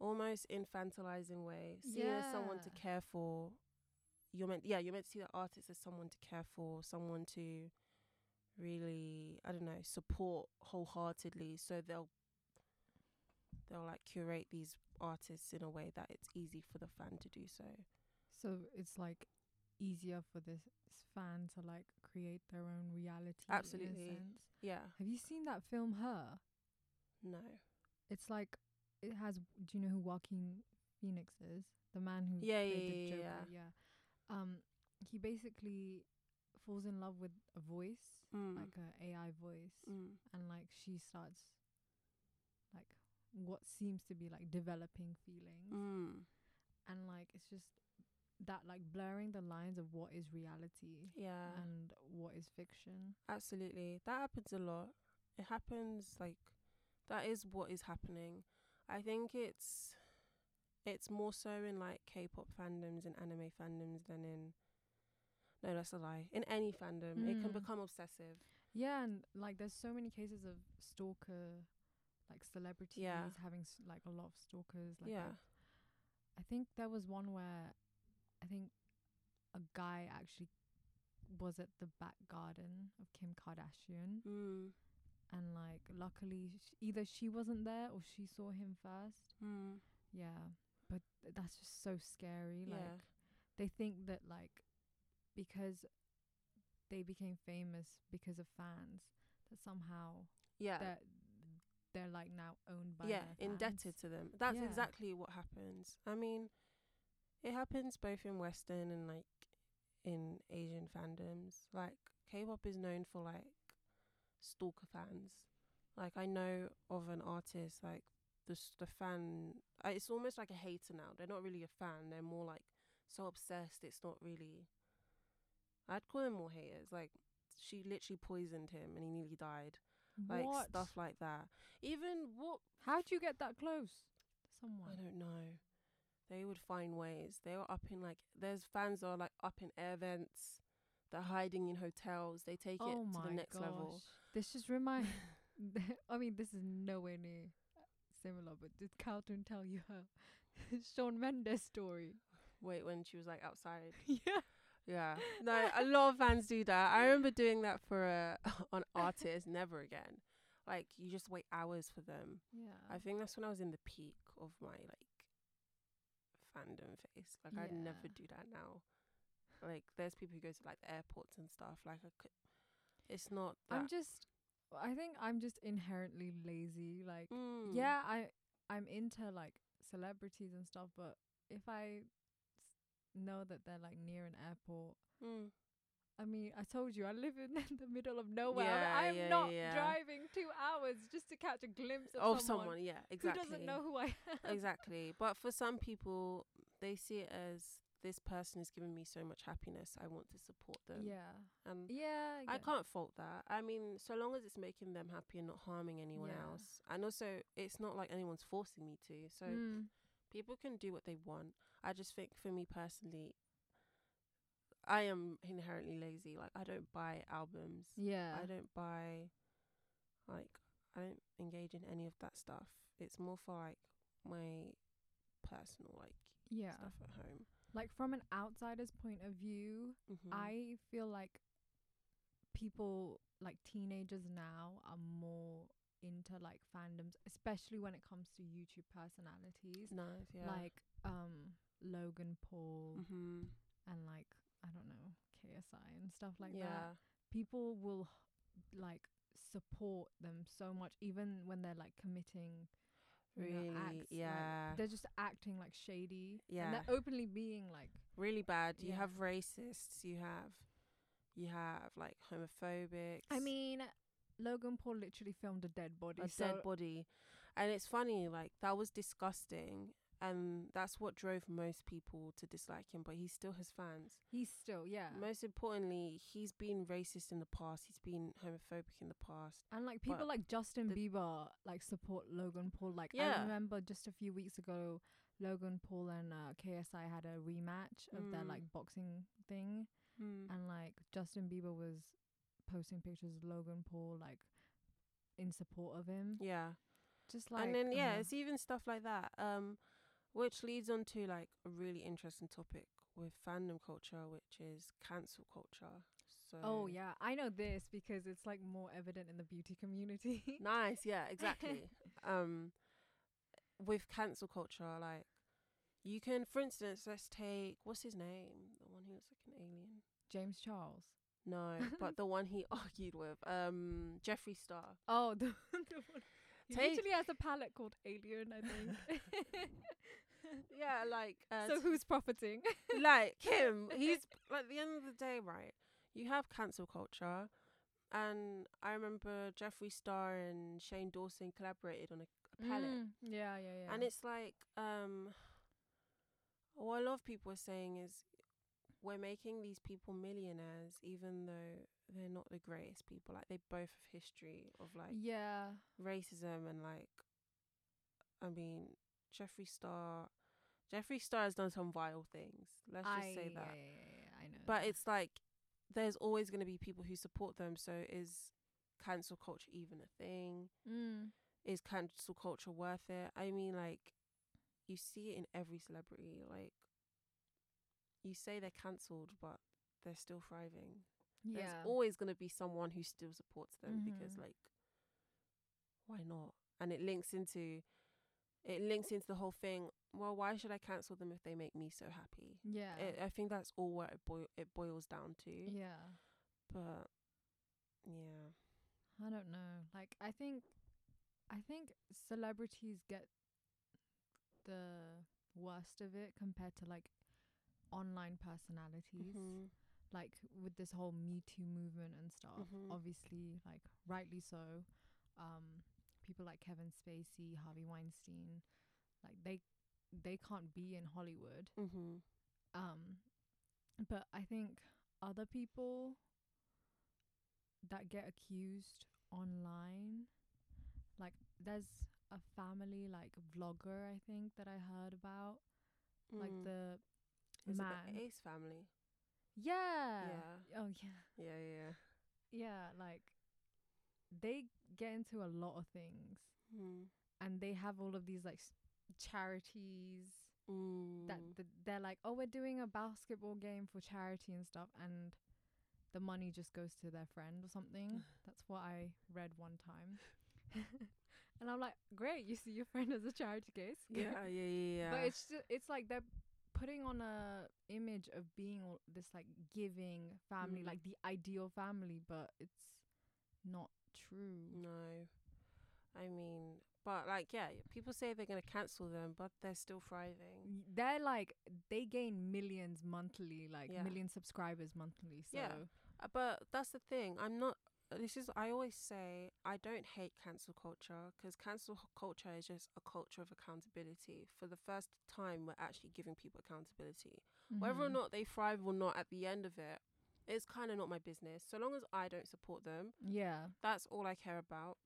[SPEAKER 2] almost infantilizing way. Seen as someone to
[SPEAKER 1] Yeah.
[SPEAKER 2] care for. You're meant yeah, you're meant to see the artist as someone to care for, someone to really I don't know, support wholeheartedly. So they'll they'll like curate these artists in a way that it's easy for the fan to do so.
[SPEAKER 1] So it's like easier for this fan to like create their own reality. in a
[SPEAKER 2] Absolutely.
[SPEAKER 1] sense.
[SPEAKER 2] Yeah.
[SPEAKER 1] Have you seen that film Her?
[SPEAKER 2] No.
[SPEAKER 1] It's like it has. Do you know who Joaquin Phoenix is? The man who
[SPEAKER 2] Yeah,
[SPEAKER 1] they
[SPEAKER 2] yeah,
[SPEAKER 1] did
[SPEAKER 2] yeah,
[SPEAKER 1] Joker,
[SPEAKER 2] yeah,
[SPEAKER 1] yeah. Um, he basically falls in love with a voice,
[SPEAKER 2] Mm.
[SPEAKER 1] like a AI voice,
[SPEAKER 2] mm.
[SPEAKER 1] and like she starts like what seems to be like developing feelings
[SPEAKER 2] Mm.
[SPEAKER 1] and like it's just that like blurring the lines of what is reality
[SPEAKER 2] Yeah.
[SPEAKER 1] and what is fiction
[SPEAKER 2] Absolutely. That happens a lot. It happens like that is what is happening. I think it's it's more so in like K-pop fandoms and anime fandoms than in no, that's a lie. In any fandom, it can
[SPEAKER 1] Mm.
[SPEAKER 2] become obsessive.
[SPEAKER 1] yeah and like there's so many cases of stalker like celebrities having s- like a lot of stalkers like
[SPEAKER 2] yeah.
[SPEAKER 1] I, I think there was one where i think a guy actually was at the back garden of kim kardashian
[SPEAKER 2] Mm.
[SPEAKER 1] and like luckily sh- either she wasn't there or she saw him first
[SPEAKER 2] Mm.
[SPEAKER 1] yeah but th- that's just so scary.
[SPEAKER 2] Yeah.
[SPEAKER 1] Like they think that like because they became famous because of fans that somehow
[SPEAKER 2] Yeah.
[SPEAKER 1] they're they're like now owned by
[SPEAKER 2] Uh, yeah,
[SPEAKER 1] their
[SPEAKER 2] indebted
[SPEAKER 1] fans.
[SPEAKER 2] to them. That's
[SPEAKER 1] Yeah.
[SPEAKER 2] exactly what happens. I mean, it happens both in Western and like in Asian fandoms. Like K-pop is known for like stalker fans. Like I know of an artist like the s- the fan. uh, It's almost like a hater now. They're not really a fan. They're more like so obsessed. It's not really. I'd call them more haters. Like she literally poisoned him and he nearly died. Like
[SPEAKER 1] what?
[SPEAKER 2] stuff like that. Even what
[SPEAKER 1] How do you get that close? to Someone.
[SPEAKER 2] I don't know. They would find ways. They were up in like there's fans that are like up in air vents. They're hiding in hotels. They take
[SPEAKER 1] oh
[SPEAKER 2] it
[SPEAKER 1] my
[SPEAKER 2] to the next
[SPEAKER 1] gosh.
[SPEAKER 2] level.
[SPEAKER 1] This just reminds. I mean, this is nowhere near uh, similar, but did Carlton tell you her Sean Mendes story?
[SPEAKER 2] Wait, when she was like outside.
[SPEAKER 1] yeah.
[SPEAKER 2] Yeah. No, a lot of fans do that. I remember doing that for a an artist. Never again. Like you just wait hours for them.
[SPEAKER 1] Yeah.
[SPEAKER 2] I think that's when I was in the peak of my like fandom phase. Like I'd never
[SPEAKER 1] Yeah.
[SPEAKER 2] do that now. Like there's people who go to like the airports and stuff. Like I could. It's not. That.
[SPEAKER 1] I'm just. I think I'm just inherently lazy. Like,
[SPEAKER 2] Mm.
[SPEAKER 1] yeah, I I'm into like celebrities and stuff, but if I s- know that they're like near an airport.
[SPEAKER 2] Mm.
[SPEAKER 1] I mean, I told you I live in the middle of nowhere.
[SPEAKER 2] Yeah,
[SPEAKER 1] I'm
[SPEAKER 2] yeah,
[SPEAKER 1] not
[SPEAKER 2] yeah.
[SPEAKER 1] driving two hours just to catch a glimpse of,
[SPEAKER 2] Of someone, yeah, exactly.
[SPEAKER 1] who doesn't know who I am.
[SPEAKER 2] exactly. But for some people, they see it as this person is giving me so much happiness. I want to support them.
[SPEAKER 1] Yeah.
[SPEAKER 2] And
[SPEAKER 1] Yeah.
[SPEAKER 2] I
[SPEAKER 1] guess.
[SPEAKER 2] can't fault that. I mean, so long as it's making them happy and not harming anyone
[SPEAKER 1] Yeah.
[SPEAKER 2] else. And also, it's not like anyone's forcing me to. So
[SPEAKER 1] Mm.
[SPEAKER 2] people can do what they want. I just think for me personally, I am inherently lazy. Like, I don't buy albums.
[SPEAKER 1] Yeah.
[SPEAKER 2] I don't buy like I don't engage in any of that stuff. It's more for like my personal like
[SPEAKER 1] yeah.
[SPEAKER 2] stuff at home.
[SPEAKER 1] Like from an outsider's point of view,
[SPEAKER 2] Mm-hmm.
[SPEAKER 1] I feel like people like teenagers now are more into like fandoms, especially when it comes to YouTube personalities.
[SPEAKER 2] nice, yeah.
[SPEAKER 1] Like um Logan Paul
[SPEAKER 2] mm-hmm.
[SPEAKER 1] and like I don't know, KSI and stuff like
[SPEAKER 2] yeah.
[SPEAKER 1] that. People will h- like support them so much even when they're like committing you know,
[SPEAKER 2] Really,
[SPEAKER 1] acts, like,
[SPEAKER 2] yeah,
[SPEAKER 1] they're just acting like shady.
[SPEAKER 2] Yeah.
[SPEAKER 1] And they're openly being like,
[SPEAKER 2] really bad. You
[SPEAKER 1] Yeah.
[SPEAKER 2] have racists. You have, you have like homophobics.
[SPEAKER 1] I mean, Logan Paul literally filmed a dead body.
[SPEAKER 2] a
[SPEAKER 1] so
[SPEAKER 2] dead body, and it's funny. Like that was disgusting, and that's what drove most people to dislike him. But he still has fans.
[SPEAKER 1] He's still, yeah.
[SPEAKER 2] Most importantly, he's been racist in the past. He's been homophobic in the past.
[SPEAKER 1] and like people
[SPEAKER 2] but
[SPEAKER 1] like Justin
[SPEAKER 2] the-
[SPEAKER 1] Bieber like support Logan Paul. Like I
[SPEAKER 2] Yeah.
[SPEAKER 1] remember just a few weeks ago, Logan Paul and uh, KSI had a rematch of their
[SPEAKER 2] Mm.
[SPEAKER 1] like boxing thing, and like Justin Bieber was posting pictures of Logan Paul like in support of him.
[SPEAKER 2] Yeah.
[SPEAKER 1] Just like
[SPEAKER 2] and then yeah,
[SPEAKER 1] uh,
[SPEAKER 2] it's even stuff like that. Um, which leads on to like a really interesting topic with fandom culture, which is cancel culture. So
[SPEAKER 1] oh yeah, I know this because it's like more evident in the beauty community.
[SPEAKER 2] Nice, yeah, exactly. um with cancel culture, like you can for instance, let's take what's his name? The one who looks like an alien.
[SPEAKER 1] James Charles.
[SPEAKER 2] No, but the one he argued with, um, Jeffree Star.
[SPEAKER 1] Oh, the, the one. He
[SPEAKER 2] Take-
[SPEAKER 1] literally has a palette called Alien, I think.
[SPEAKER 2] Yeah, like uh,
[SPEAKER 1] so who's profiting?
[SPEAKER 2] like him. He's like the end of the day, right? You have cancel culture, and I remember Jeffree Star and Shane Dawson collaborated on a, a palette,
[SPEAKER 1] yeah, yeah, Mm, yeah.
[SPEAKER 2] and it's like um, what a lot of people are saying is we're making these people millionaires, even though they're not the greatest people. Like they both have history of like
[SPEAKER 1] yeah,
[SPEAKER 2] racism and like I mean Jeffree Star Jeffree Star has done some vile things. Let's just
[SPEAKER 1] I-
[SPEAKER 2] say that.
[SPEAKER 1] Yeah, yeah, yeah, yeah, I know.
[SPEAKER 2] But
[SPEAKER 1] that.
[SPEAKER 2] it's like there's always going to be people who support them. So is cancel culture even a thing?
[SPEAKER 1] mm.
[SPEAKER 2] Is cancel culture worth it? I mean, like you see it in every celebrity. Like you say they're cancelled, but they're still thriving.
[SPEAKER 1] yeah, Mm-hmm.
[SPEAKER 2] There's always going to be someone who still supports them because,
[SPEAKER 1] Mhm.
[SPEAKER 2] like, why not? And it links into it links into the whole thing. Well, why should I cancel them if they make me so happy?
[SPEAKER 1] Yeah.
[SPEAKER 2] It, I think that's all what it, boil it boils down to.
[SPEAKER 1] yeah.
[SPEAKER 2] But yeah,
[SPEAKER 1] I don't know. Like I think I think celebrities get the worst of it compared to like online personalities.
[SPEAKER 2] Mhm.
[SPEAKER 1] Like with this whole Me Too movement and stuff.
[SPEAKER 2] Mhm.
[SPEAKER 1] Obviously, like rightly so. Um people like Kevin Spacey, Harvey Weinstein, like they they can't be in Hollywood.
[SPEAKER 2] Mhm.
[SPEAKER 1] Um, but I think other people that get accused online, like there's a family like vlogger I think that I heard about, like
[SPEAKER 2] Mm.
[SPEAKER 1] the
[SPEAKER 2] Is it
[SPEAKER 1] man.
[SPEAKER 2] the Ace family.
[SPEAKER 1] yeah.
[SPEAKER 2] Yeah.
[SPEAKER 1] Oh yeah.
[SPEAKER 2] Yeah, yeah.
[SPEAKER 1] Yeah, like they get into a lot of things
[SPEAKER 2] yeah.
[SPEAKER 1] Mm-hmm.
[SPEAKER 2] Mm.
[SPEAKER 1] and they have all of these like s- charities
[SPEAKER 2] Mm.
[SPEAKER 1] that th- they're like, oh, we're doing a basketball game for charity and stuff, and the money just goes to their friend or something. That's what I read one time, and I'm like, great, you see your friend as a charity case,
[SPEAKER 2] yeah, yeah, yeah, yeah.
[SPEAKER 1] but it's just, it's like they're putting on a image of being all this like giving family,
[SPEAKER 2] Mm.
[SPEAKER 1] like the ideal family, but it's not
[SPEAKER 2] Mm.
[SPEAKER 1] true.
[SPEAKER 2] no. I mean, but like, yeah, people say they're gonna cancel them, but they're still thriving.
[SPEAKER 1] Y- They're like they gain millions monthly, like
[SPEAKER 2] Yeah.
[SPEAKER 1] million subscribers monthly. So
[SPEAKER 2] Yeah. Uh, But that's the thing. I'm not. This is. I always say I don't hate cancel culture because cancel h- culture is just a culture of accountability. For the first time, we're actually giving people accountability, whether or
[SPEAKER 1] mhm.
[SPEAKER 2] not they thrive or not. At the end of it, it's kind of not my business. So long as I don't support them,
[SPEAKER 1] yeah,
[SPEAKER 2] that's all I care about.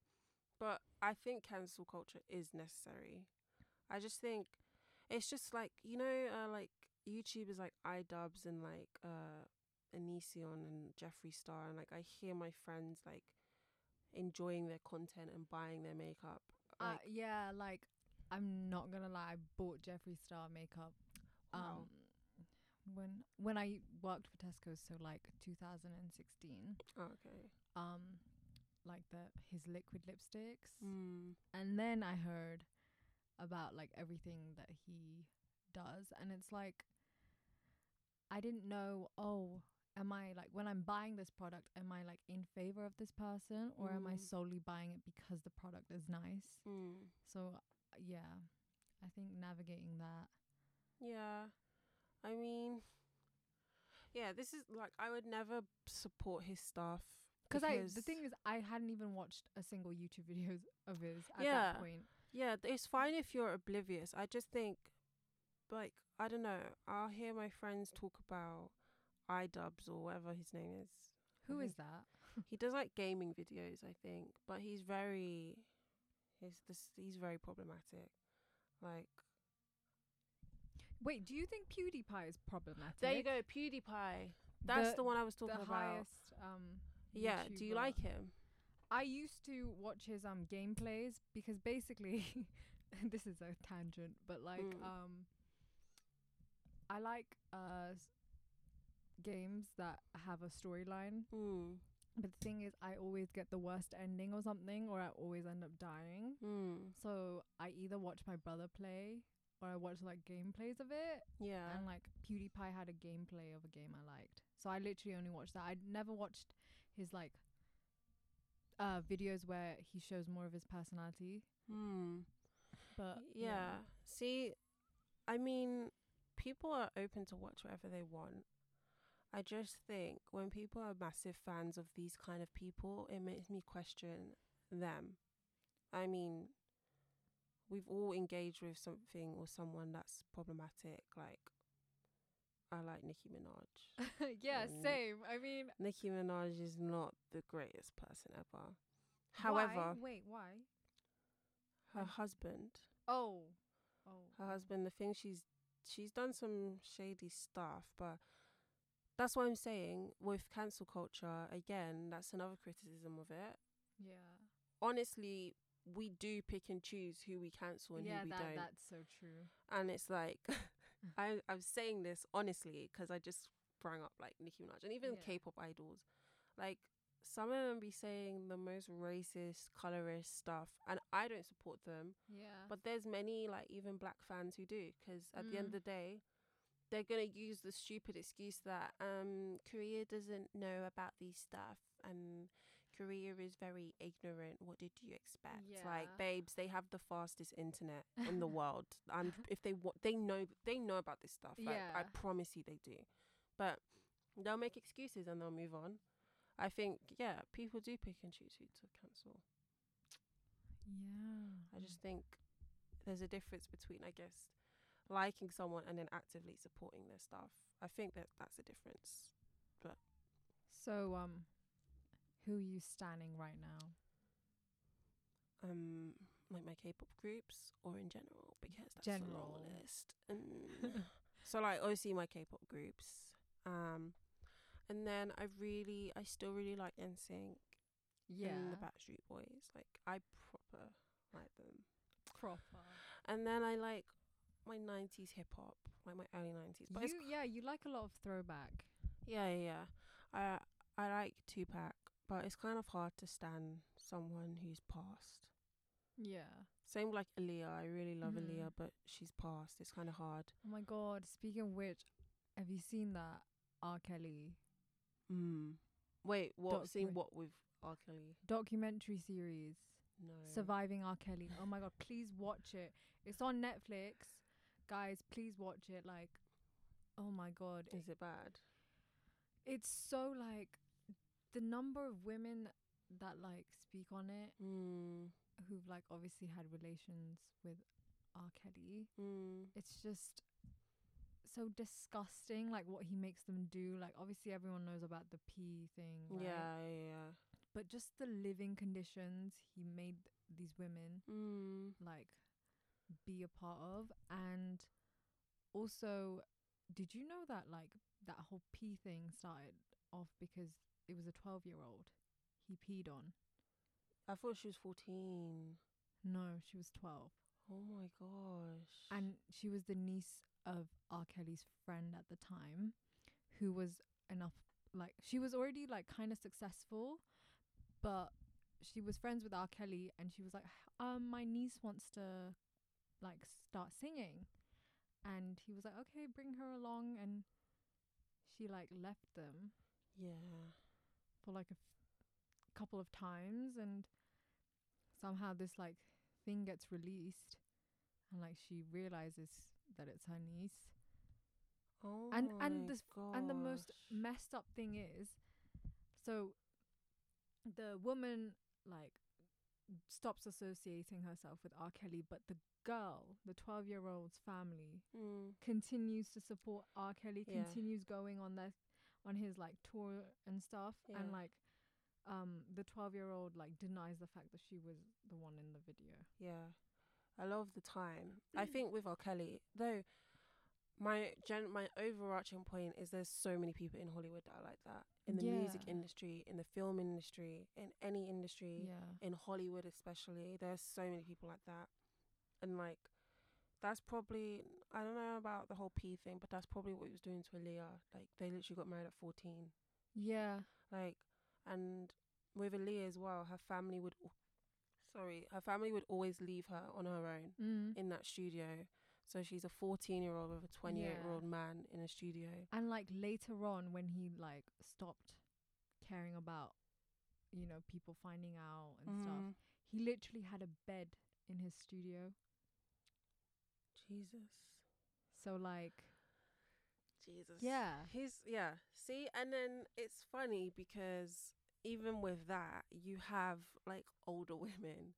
[SPEAKER 2] But I think cancel culture is necessary. I just think it's just like you know, uh, like YouTubers like iDubbbz and like uh, Anision and Jeffree Star, and like I hear my friends like enjoying their content and buying their makeup.
[SPEAKER 1] uh,
[SPEAKER 2] Like,
[SPEAKER 1] yeah, like I'm not gonna lie, I bought Jeffree Star makeup. Um,
[SPEAKER 2] Wow.
[SPEAKER 1] when when I worked for Tesco, so like 2016.
[SPEAKER 2] oh, okay.
[SPEAKER 1] Um, like the his liquid lipsticks,
[SPEAKER 2] Mm.
[SPEAKER 1] and then I heard about like everything that he does, and it's like I didn't know. Oh. Am I like when I'm buying this product, am I like in favor of this person or am I
[SPEAKER 2] Mm.
[SPEAKER 1] solely buying it because the product is nice?
[SPEAKER 2] Mm.
[SPEAKER 1] So uh, yeah, I think navigating that.
[SPEAKER 2] Yeah. I mean, yeah. This is like I would never support his stuff
[SPEAKER 1] Cause I the thing is I hadn't even watched a single YouTube videos of his at
[SPEAKER 2] Yeah.
[SPEAKER 1] that point.
[SPEAKER 2] Yeah, th- it's fine if you're oblivious. I just think, like, I don't know. I'll hear my friends talk about iDubbbz or whatever his name is.
[SPEAKER 1] Who
[SPEAKER 2] Mhm.
[SPEAKER 1] is that?
[SPEAKER 2] he does like gaming videos, I think, but he's very, he's this, he's very problematic. Like,
[SPEAKER 1] Wait, do you think PewDiePie is problematic?
[SPEAKER 2] there you go, PewDiePie. That's the, one I was
[SPEAKER 1] the
[SPEAKER 2] talking about.
[SPEAKER 1] highest. Um,
[SPEAKER 2] yeah, do you
[SPEAKER 1] YouTuber.
[SPEAKER 2] like him?
[SPEAKER 1] I used to watch his um gameplays because basically, this is a tangent, but like
[SPEAKER 2] Mm.
[SPEAKER 1] um, I like uh s- games that have a storyline
[SPEAKER 2] Mm.
[SPEAKER 1] But the thing is, I always get the worst ending or something, or I always end up dying.
[SPEAKER 2] Mm.
[SPEAKER 1] So I either watch my brother play, or I watch like gameplays of it.
[SPEAKER 2] Yeah.
[SPEAKER 1] And like PewDiePie had a gameplay of a game I liked, so I literally only watched that. I never watched his like uh videos where he shows more of his personality.
[SPEAKER 2] Mm.
[SPEAKER 1] But
[SPEAKER 2] yeah. See, I mean, people are open to watch whatever they want. I just think when people are massive fans of these kind of people, it makes me question them. I mean, we've all engaged with something or someone that's problematic. Like, I like Nicki Minaj.
[SPEAKER 1] yeah, yeah,
[SPEAKER 2] Mm.
[SPEAKER 1] same. I mean,
[SPEAKER 2] Nicki Minaj is not the greatest person ever.
[SPEAKER 1] why-
[SPEAKER 2] However,
[SPEAKER 1] wait, why?
[SPEAKER 2] her husband
[SPEAKER 1] Oh, oh,
[SPEAKER 2] her husband the thing she's she's done some shady stuff but that's what i'm saying with cancel culture again that's another criticism of it
[SPEAKER 1] yeah,
[SPEAKER 2] honestly we do pick and choose who we cancel and
[SPEAKER 1] yeah.
[SPEAKER 2] who we
[SPEAKER 1] That
[SPEAKER 2] don't
[SPEAKER 1] that's so true.
[SPEAKER 2] and it's like I, i'm saying this honestly because i just sprung up like nicki minaj and even
[SPEAKER 1] Yeah.
[SPEAKER 2] k-pop idols like some of them be saying the most racist colorist stuff and I don't support them,
[SPEAKER 1] Yeah.
[SPEAKER 2] but there's many like even black fans who do because at the end
[SPEAKER 1] Mm.
[SPEAKER 2] of the day, they're gonna use the stupid excuse that um Korea doesn't know about these stuff and Korea is very ignorant. What did you expect? Like
[SPEAKER 1] Yeah.
[SPEAKER 2] babes, they have the fastest internet in the world, and if they want, they know they know about this stuff. Like, I
[SPEAKER 1] Yeah.
[SPEAKER 2] promise you, they do. But they'll make excuses and they'll move on. I think yeah, people do pick and choose who to cancel.
[SPEAKER 1] yeah.
[SPEAKER 2] I just think there's a difference between, I guess, liking someone and then actively supporting their stuff. I think that that's a difference.
[SPEAKER 1] So um, who are you standing right now?
[SPEAKER 2] Um, like my K-pop groups or in general, because that's a long
[SPEAKER 1] General.
[SPEAKER 2] list. Um, so like obviously my K-pop groups. Um, and then I really, I still really like NSYNC
[SPEAKER 1] Yeah.
[SPEAKER 2] and the Backstreet Boys. Like I proper like them.
[SPEAKER 1] proper.
[SPEAKER 2] And then I like my 90s hip hop, like my early 90s. But it's
[SPEAKER 1] You, yeah, you like a lot of throwback.
[SPEAKER 2] Yeah, yeah, yeah. I I like Tupac, but it's kind of hard to stand someone who's passed.
[SPEAKER 1] Yeah.
[SPEAKER 2] Same like Aaliyah. I really love
[SPEAKER 1] Mhm.
[SPEAKER 2] Aaliyah, but she's passed. It's kind of hard.
[SPEAKER 1] Oh my god. Speaking of which, have you seen that R. Kelly
[SPEAKER 2] Mm. Wait, what?
[SPEAKER 1] Doc-
[SPEAKER 2] Seeing
[SPEAKER 1] wait.
[SPEAKER 2] what with R. Kelly?
[SPEAKER 1] documentary series,
[SPEAKER 2] No.
[SPEAKER 1] Oh, Surviving R. Kelly? Oh my god, please watch it. It's on Netflix. Guys, please watch it. Like, oh my god. it-
[SPEAKER 2] Is it bad?
[SPEAKER 1] it's so like the number of women that like speak on it
[SPEAKER 2] Mm.
[SPEAKER 1] who've like obviously had relations with R. Kelly.
[SPEAKER 2] Mm.
[SPEAKER 1] It's just so disgusting, like what he makes them do. Like obviously everyone knows about the pee thing, right?
[SPEAKER 2] Yeah, yeah.
[SPEAKER 1] But just the living conditions he made these women
[SPEAKER 2] yeah. Mm.
[SPEAKER 1] like be a part of, and also, did you know that like that whole pee thing started off because it was a twelve-year-old he peed on.
[SPEAKER 2] I thought she was fourteen.
[SPEAKER 1] No, she was twelve.
[SPEAKER 2] Oh my gosh.
[SPEAKER 1] and she was the niece of R. Kelly's friend at the time, who was enough like she was already like kind of successful, but she was friends with R. Kelly, and she was like, "Um, my niece wants to like start singing," and he was like, "Okay, bring her along," and she like left them
[SPEAKER 2] yeah.
[SPEAKER 1] for like a f- couple of times and somehow this like thing gets released and like she realizes that it's her niece
[SPEAKER 2] Oh
[SPEAKER 1] And-
[SPEAKER 2] my
[SPEAKER 1] and this-
[SPEAKER 2] gosh.
[SPEAKER 1] and the most messed up thing is so the woman like stops associating herself with R Kelly but the girl the 12 year old's family
[SPEAKER 2] Mm.
[SPEAKER 1] continues to support R. Kelly,
[SPEAKER 2] Yeah.
[SPEAKER 1] continues going on their on his like tour and stuff and
[SPEAKER 2] Yeah.
[SPEAKER 1] like um the twelve year old like denies the fact that she was the one in the video.
[SPEAKER 2] Yeah, a lot of the time. I
[SPEAKER 1] Mm.
[SPEAKER 2] think with R. Kelly, though, my gen my overarching point is there's so many people in Hollywood that are like that in the music
[SPEAKER 1] Yeah.
[SPEAKER 2] industry, in the film industry, in any industry,
[SPEAKER 1] Yeah.
[SPEAKER 2] in Hollywood especially. There's so many people like that, and like. That's probably I don't know about the whole P thing, but that's probably what he was doing to Aaliyah. Like they literally got married at fourteen
[SPEAKER 1] Yeah.
[SPEAKER 2] like and with Aaliyah as well, her family would sorry, her family would always leave her on her own
[SPEAKER 1] Mm.
[SPEAKER 2] in that studio. So she's a fourteen year old with a twenty eight year old man in a studio.
[SPEAKER 1] And like later on when he like stopped caring about, you know, people finding out and stuff,
[SPEAKER 2] Mm.
[SPEAKER 1] he literally had a bed in his studio.
[SPEAKER 2] Jesus.
[SPEAKER 1] So like
[SPEAKER 2] Jesus.
[SPEAKER 1] Yeah.
[SPEAKER 2] He's yeah. See, and then it's funny because even with that, you have like older women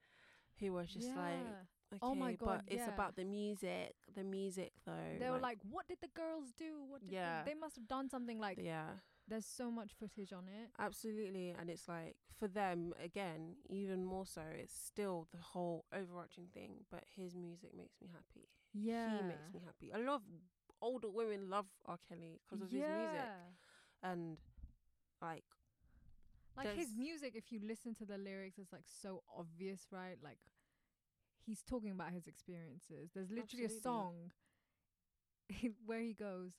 [SPEAKER 2] who are just like,
[SPEAKER 1] Yeah.
[SPEAKER 2] okay,
[SPEAKER 1] Oh my God,
[SPEAKER 2] but it's
[SPEAKER 1] yeah.
[SPEAKER 2] about the music, the music though.
[SPEAKER 1] they were like, What did the girls do? What did
[SPEAKER 2] Yeah.
[SPEAKER 1] they, they must have done something like
[SPEAKER 2] yeah.
[SPEAKER 1] there's so much footage on it.
[SPEAKER 2] Absolutely, and it's like for them again, even more so. It's still the whole overarching thing, but his music makes me happy.
[SPEAKER 1] Yeah.
[SPEAKER 2] he makes me happy. A lot of older women love R. Kelly because of his music, and like
[SPEAKER 1] Like his
[SPEAKER 2] There's-
[SPEAKER 1] music, if you listen to the lyrics, it's like so obvious, right? Like he's talking about his experiences. There's literally
[SPEAKER 2] Absolutely.
[SPEAKER 1] a song where he goes,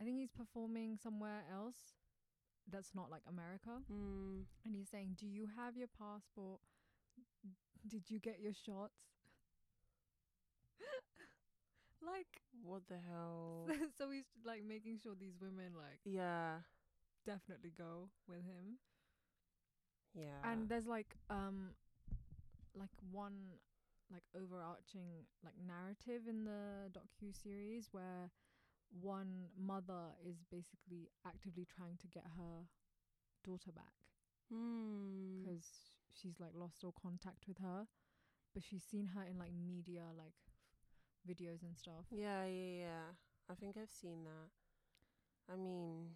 [SPEAKER 1] I think he's performing somewhere else that's not like America.
[SPEAKER 2] mm,
[SPEAKER 1] And he's saying, Do you have your passport? Did you get your shots? like,
[SPEAKER 2] What the hell?
[SPEAKER 1] so he's like making sure these women like
[SPEAKER 2] yeah.
[SPEAKER 1] definitely go with him.
[SPEAKER 2] Yeah.
[SPEAKER 1] and there's like um like one like overarching like narrative in the docu series where one mother is basically actively trying to get her daughter back
[SPEAKER 2] Hmm.
[SPEAKER 1] because she's like lost all contact with her but she's seen her in like media like videos and stuff
[SPEAKER 2] Yeah, yeah, yeah. I think I've seen that. I mean,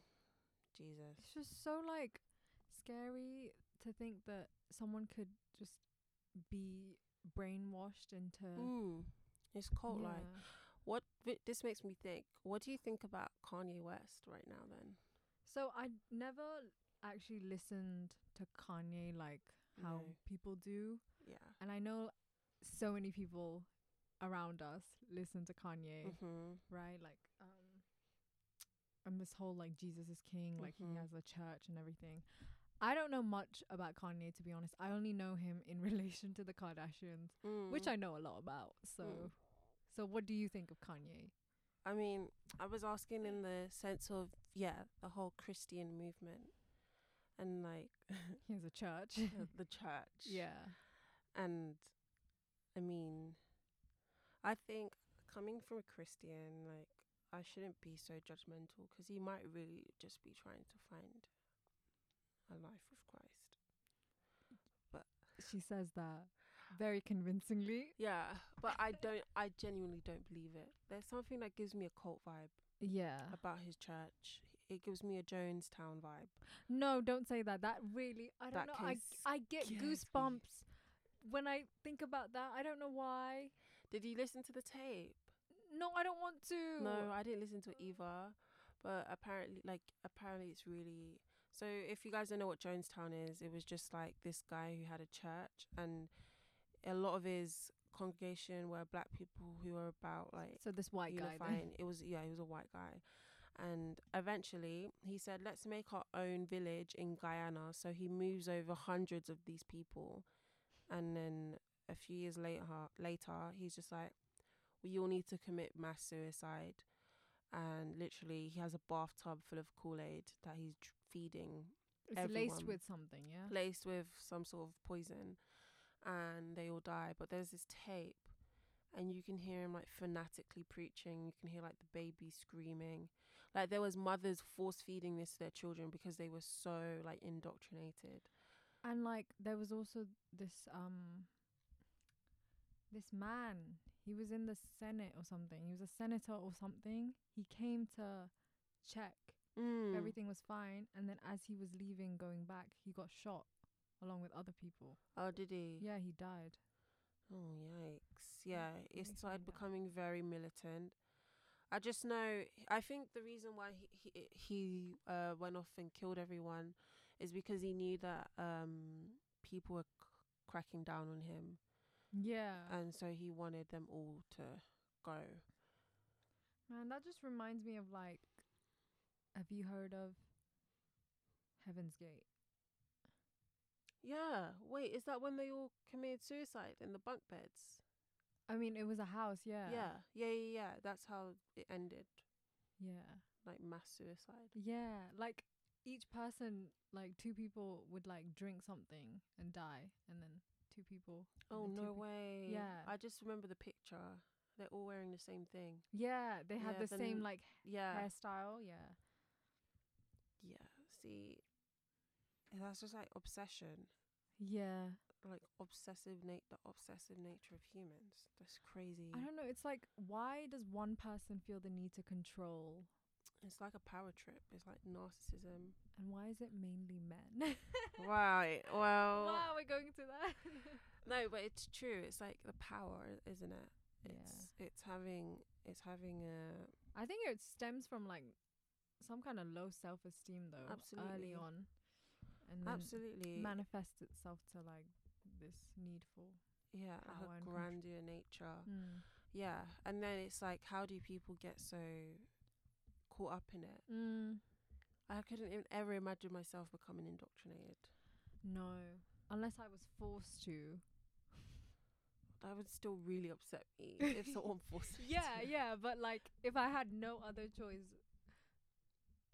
[SPEAKER 2] Jesus.
[SPEAKER 1] it's just so like scary to think that someone could just be brainwashed into
[SPEAKER 2] Mm. It's cult like.
[SPEAKER 1] Yeah.
[SPEAKER 2] What vi- this makes me think. What do you think about Kanye West right now then?
[SPEAKER 1] So I never actually listened to Kanye like how
[SPEAKER 2] No.
[SPEAKER 1] people do,
[SPEAKER 2] Yeah.
[SPEAKER 1] and I know so many people around us listen to Kanye,
[SPEAKER 2] Mhm.
[SPEAKER 1] right? Like, um, and this whole like Jesus is King, like
[SPEAKER 2] Mhm.
[SPEAKER 1] he has a church and everything. I don't know much about Kanye to be honest. I only know him in relation to the Kardashians, which
[SPEAKER 2] Mm.
[SPEAKER 1] I know a lot about. So,
[SPEAKER 2] Mm.
[SPEAKER 1] so what do you think of Kanye?
[SPEAKER 2] I mean, I was asking in the sense of yeah, the whole Christian movement and like
[SPEAKER 1] He has a church.
[SPEAKER 2] the- the church.
[SPEAKER 1] yeah.
[SPEAKER 2] And I mean, I think coming from a Christian, like, I shouldn't be so judgmental because he might really just be trying to find a life with Christ.
[SPEAKER 1] She says that very convincingly.
[SPEAKER 2] Yeah, but I don't, I genuinely don't believe it. There's something that gives me a cult vibe
[SPEAKER 1] Yeah.
[SPEAKER 2] about his church. It gives me a Jonestown vibe.
[SPEAKER 1] No, don't say that. That really, I don't
[SPEAKER 2] That
[SPEAKER 1] know. I,
[SPEAKER 2] can
[SPEAKER 1] I get
[SPEAKER 2] scare me.
[SPEAKER 1] goosebumps when I think about that. I don't know why.
[SPEAKER 2] Did you listen to the tape?
[SPEAKER 1] No, I don't want to.
[SPEAKER 2] No, I didn't listen to it either. But apparently, like apparently, it's really so. If you guys don't know what Jonestown is, it was just like this guy who had a church, and a lot of his congregation were black people who were about like
[SPEAKER 1] So this white guy. Then.
[SPEAKER 2] unifying. It was yeah, he was a white guy, and eventually he said, "Let's make our own village in Guyana." So he moves over hundreds of these people, and then a few years later, later he's just like, "We all need to commit mass suicide," and literally he has a bathtub full of Kool Aid that he's dr- feeding
[SPEAKER 1] It's laced
[SPEAKER 2] everyone.
[SPEAKER 1] with something, yeah.
[SPEAKER 2] laced with some sort of poison and they all die but there's this tape and you can hear him like fanatically preaching you can hear like the baby screaming like there was mothers force feeding this to their children because they were so like indoctrinated
[SPEAKER 1] And like there was also this um this man. He was in the Senate or something. He was a senator or something. He came to check
[SPEAKER 2] mm.
[SPEAKER 1] everything was fine, and then as he was leaving, going back, he got shot along with other people.
[SPEAKER 2] oh did he
[SPEAKER 1] Yeah, he died.
[SPEAKER 2] oh yikes yeah it
[SPEAKER 1] makes me
[SPEAKER 2] started
[SPEAKER 1] mad.
[SPEAKER 2] becoming very militant i just know i think the reason why he he, he uh went off and killed everyone is because he knew that um people were c- cracking down on him
[SPEAKER 1] Yeah.
[SPEAKER 2] and so he wanted them all to go.
[SPEAKER 1] Man, that just reminds me of like, have you heard of Heaven's Gate?
[SPEAKER 2] Yeah. Wait, is that when they all committed suicide in the bunk beds?
[SPEAKER 1] I mean, it was a house, yeah.
[SPEAKER 2] Yeah. Yeah, yeah, yeah. That's how it ended,
[SPEAKER 1] Yeah.
[SPEAKER 2] like mass suicide.
[SPEAKER 1] Yeah. Like each person, like two people would like drink something and die, and then two people. and
[SPEAKER 2] Oh
[SPEAKER 1] then two
[SPEAKER 2] no
[SPEAKER 1] peo-
[SPEAKER 2] way.
[SPEAKER 1] Yeah.
[SPEAKER 2] I just remember the picture. They're all wearing the same thing.
[SPEAKER 1] Yeah, they had the
[SPEAKER 2] Yeah, the
[SPEAKER 1] same
[SPEAKER 2] l-
[SPEAKER 1] like
[SPEAKER 2] Yeah.
[SPEAKER 1] hairstyle. Yeah.
[SPEAKER 2] Yeah. See, and that's just like obsession,
[SPEAKER 1] Yeah.
[SPEAKER 2] like obsessive nature, the obsessive nature of humans. That's crazy.
[SPEAKER 1] I don't know. It's like, why does one person feel the need to control,
[SPEAKER 2] It's like a power trip. It's like narcissism.
[SPEAKER 1] and why is it mainly men?
[SPEAKER 2] right. Well.
[SPEAKER 1] wow, we're going to that.
[SPEAKER 2] No, but Oh. it's true. It's like the power, isn't it?
[SPEAKER 1] Yeah.
[SPEAKER 2] It's it's having it's having a
[SPEAKER 1] I think it stems from like some kind of low self esteem though, early
[SPEAKER 2] Absolutely.
[SPEAKER 1] on, and then
[SPEAKER 2] absolutely
[SPEAKER 1] manifests itself to like this need for. Hmm.
[SPEAKER 2] yeah,
[SPEAKER 1] power
[SPEAKER 2] like
[SPEAKER 1] and Mm.
[SPEAKER 2] a
[SPEAKER 1] contr-
[SPEAKER 2] grandeur nature. Yeah, and then it's like, how do people get so caught up in it?
[SPEAKER 1] Mm.
[SPEAKER 2] I couldn't even ever imagine myself becoming indoctrinated.
[SPEAKER 1] No, unless I was forced to,
[SPEAKER 2] that would still really upset me if someone forced me.
[SPEAKER 1] yeah,
[SPEAKER 2] to.
[SPEAKER 1] yeah, but like if I had no other choice,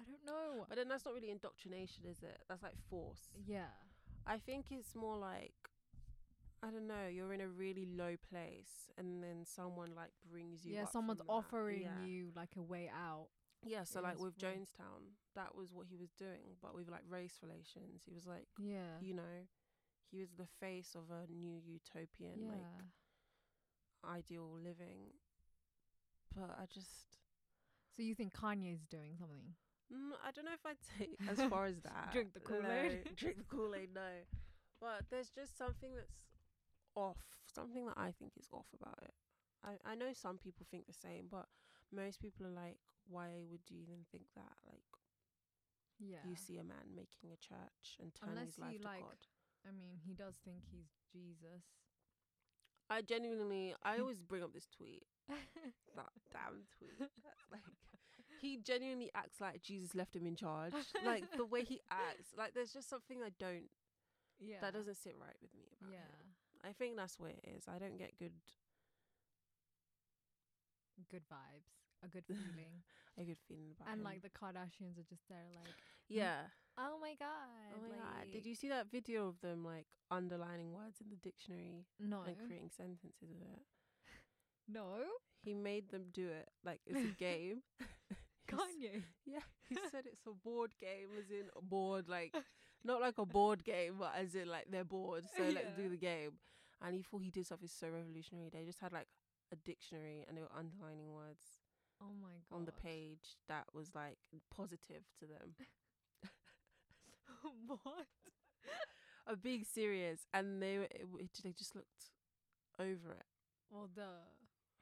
[SPEAKER 1] I don't know.
[SPEAKER 2] But then that's not really indoctrination, is it? That's like force.
[SPEAKER 1] Yeah,
[SPEAKER 2] I think it's more like I don't know. You're in a really low place, and then someone like brings you.
[SPEAKER 1] yeah,
[SPEAKER 2] up
[SPEAKER 1] someone's
[SPEAKER 2] from that.
[SPEAKER 1] offering
[SPEAKER 2] Yeah.
[SPEAKER 1] you like a way out.
[SPEAKER 2] Yeah, so
[SPEAKER 1] in
[SPEAKER 2] like
[SPEAKER 1] this
[SPEAKER 2] with
[SPEAKER 1] way.
[SPEAKER 2] Jonestown, that was what he was doing, but with like race relations, he was like,
[SPEAKER 1] Yeah,
[SPEAKER 2] you know, he was the face of a new utopian
[SPEAKER 1] yeah.
[SPEAKER 2] like ideal living. But I just,
[SPEAKER 1] so you think Kanye's doing something?
[SPEAKER 2] mm, I don't know if I'd say as far as that.
[SPEAKER 1] Drink the Kool-Aid.
[SPEAKER 2] no, drink the Kool Aid. No, but there's just something that's off. Something that I think is off about it. I I know some people think the same, but most people are like, why would you even think that? Like.
[SPEAKER 1] Yeah,
[SPEAKER 2] you see a man making a church and turning
[SPEAKER 1] unless
[SPEAKER 2] his life
[SPEAKER 1] you
[SPEAKER 2] to
[SPEAKER 1] like.
[SPEAKER 2] God.
[SPEAKER 1] I mean, he does think he's Jesus.
[SPEAKER 2] I genuinely, I always bring up this tweet, that damn tweet. That's like, he genuinely acts like Jesus left him in charge. Like the way he acts, like there's just something I don't,
[SPEAKER 1] yeah,
[SPEAKER 2] that doesn't sit right with me about
[SPEAKER 1] Yeah,
[SPEAKER 2] him. I think that's what it is. I don't get good,
[SPEAKER 1] good vibes, a good feeling,
[SPEAKER 2] a good feeling about
[SPEAKER 1] and
[SPEAKER 2] him.
[SPEAKER 1] like the Kardashians are just there, like,
[SPEAKER 2] yeah.
[SPEAKER 1] oh my god,
[SPEAKER 2] Oh my god!
[SPEAKER 1] like-
[SPEAKER 2] Did you see that video of them like underlining words in the dictionary
[SPEAKER 1] No,
[SPEAKER 2] and creating sentences with it?
[SPEAKER 1] no,
[SPEAKER 2] He made them do it like it's a game. He s-
[SPEAKER 1] Kanye.
[SPEAKER 2] Yeah, he said it's a board game, as in a board, like not like a board game, but as in like they're bored, so let's
[SPEAKER 1] Yeah.
[SPEAKER 2] do the game. And he thought he did something so revolutionary. They just had like a dictionary and they were underlining words
[SPEAKER 1] Oh my god.
[SPEAKER 2] on the page that was like positive to them.
[SPEAKER 1] what?
[SPEAKER 2] A big serious, and they were, it, w- it- they just looked over it.
[SPEAKER 1] Well, duh.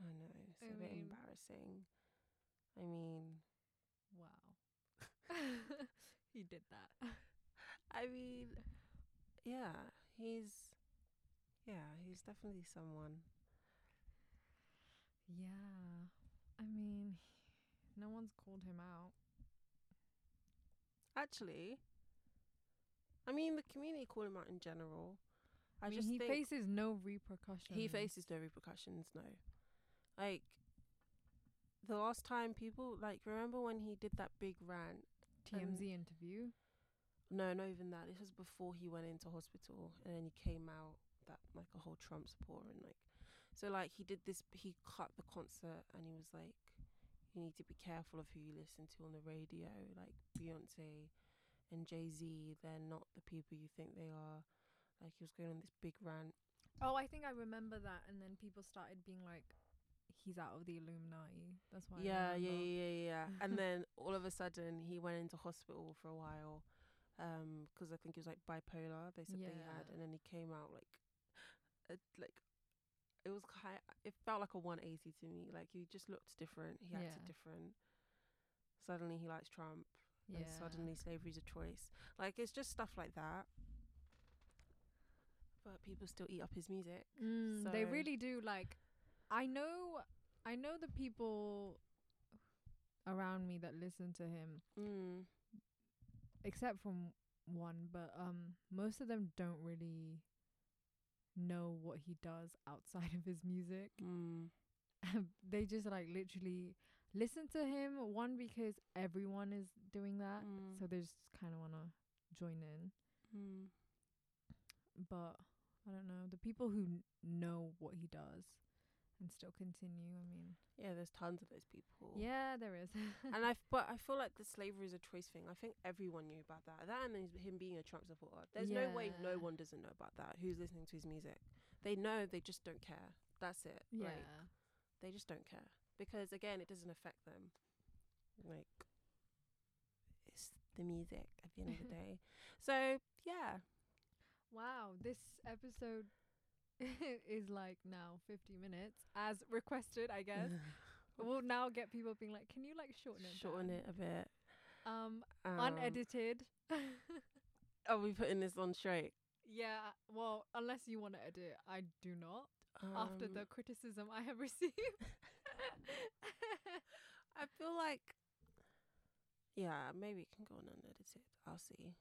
[SPEAKER 2] I know, it's
[SPEAKER 1] I
[SPEAKER 2] a bit
[SPEAKER 1] mean-
[SPEAKER 2] embarrassing. I mean,
[SPEAKER 1] Wow. he did that.
[SPEAKER 2] I mean, yeah, he's, yeah, he's definitely someone.
[SPEAKER 1] Yeah. I mean, no one's called him out.
[SPEAKER 2] Actually, I mean, the community call him out in general. I,
[SPEAKER 1] I, mean,
[SPEAKER 2] just
[SPEAKER 1] he
[SPEAKER 2] think
[SPEAKER 1] faces no repercussions.
[SPEAKER 2] he faces no repercussions. No, like the last time people like remember when he did that big rant.
[SPEAKER 1] TMZ interview.
[SPEAKER 2] No, not even that. This was before he went into hospital, and then he came out that like a whole Trump supporter and like, so like he did this. He cut the concert, and he was like, "You need to be careful of who you listen to on the radio. Like Beyonce and Jay Z, they're not the people you think they are." Like he was going on this big rant.
[SPEAKER 1] Oh, I think I remember that. And then people started being like, "He's out of the Illuminati." That's why. I
[SPEAKER 2] yeah, yeah,
[SPEAKER 1] remember.
[SPEAKER 2] yeah, yeah, yeah. and then all of a sudden, he went into hospital for a while. Um, 'cause I think he was like bipolar. They said they had,
[SPEAKER 1] Yeah.
[SPEAKER 2] and then he came out like, it, like it was kind. It felt like a one eighty to me. Like he just looked different. He acted
[SPEAKER 1] Yeah. different.
[SPEAKER 2] different. Suddenly he likes Trump, and suddenly slavery's a choice. Like it's just stuff like that. But people still eat up his music.
[SPEAKER 1] Mm, They
[SPEAKER 2] So-
[SPEAKER 1] really do like I know I know the people around me that listen to him
[SPEAKER 2] Mm.
[SPEAKER 1] except from one but um most of them don't really know what he does outside of his music.
[SPEAKER 2] Mm.
[SPEAKER 1] they just like literally listen to him one because everyone is doing that. Uh,
[SPEAKER 2] Mm.
[SPEAKER 1] So they just kind of want to join in.
[SPEAKER 2] Mm.
[SPEAKER 1] but I don't know. The people who n- know what he does and still continue, I mean.
[SPEAKER 2] Yeah, there's tons of those people.
[SPEAKER 1] Yeah, there is.
[SPEAKER 2] and I, f- but I feel like the slavery is a choice thing. I think everyone knew about that. That and his- him being a Trump supporter. There's no way
[SPEAKER 1] Yeah.
[SPEAKER 2] no one doesn't know about that. Who's listening to his music? They know. They just don't care. That's it.
[SPEAKER 1] yeah.
[SPEAKER 2] Like, they just don't care because again, it doesn't affect them. Like it's the music at the end of the day. So yeah,
[SPEAKER 1] Wow, this episode is like now 50 minutes as requested, I guess. we'll now get people being like, "Can you like shorten it?"
[SPEAKER 2] shorten
[SPEAKER 1] down?"
[SPEAKER 2] it a bit.
[SPEAKER 1] Um,
[SPEAKER 2] Um,
[SPEAKER 1] unedited.
[SPEAKER 2] Are we putting this on straight?
[SPEAKER 1] yeah, well, unless you want to edit, I do not. after
[SPEAKER 2] Um,
[SPEAKER 1] the criticism I have received.
[SPEAKER 2] I feel like, yeah, maybe it can go on unedited. I'll see.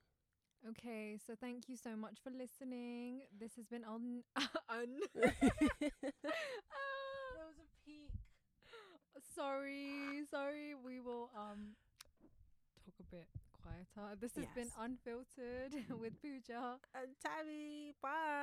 [SPEAKER 1] Okay, so thank you so much for listening. This has been on un. Ah. there was a peak. Sorry, sorry. We will um talk a bit quieter. This has been
[SPEAKER 2] Yes.
[SPEAKER 1] unfiltered with Pooja.
[SPEAKER 2] and Uh, Tabby, bye.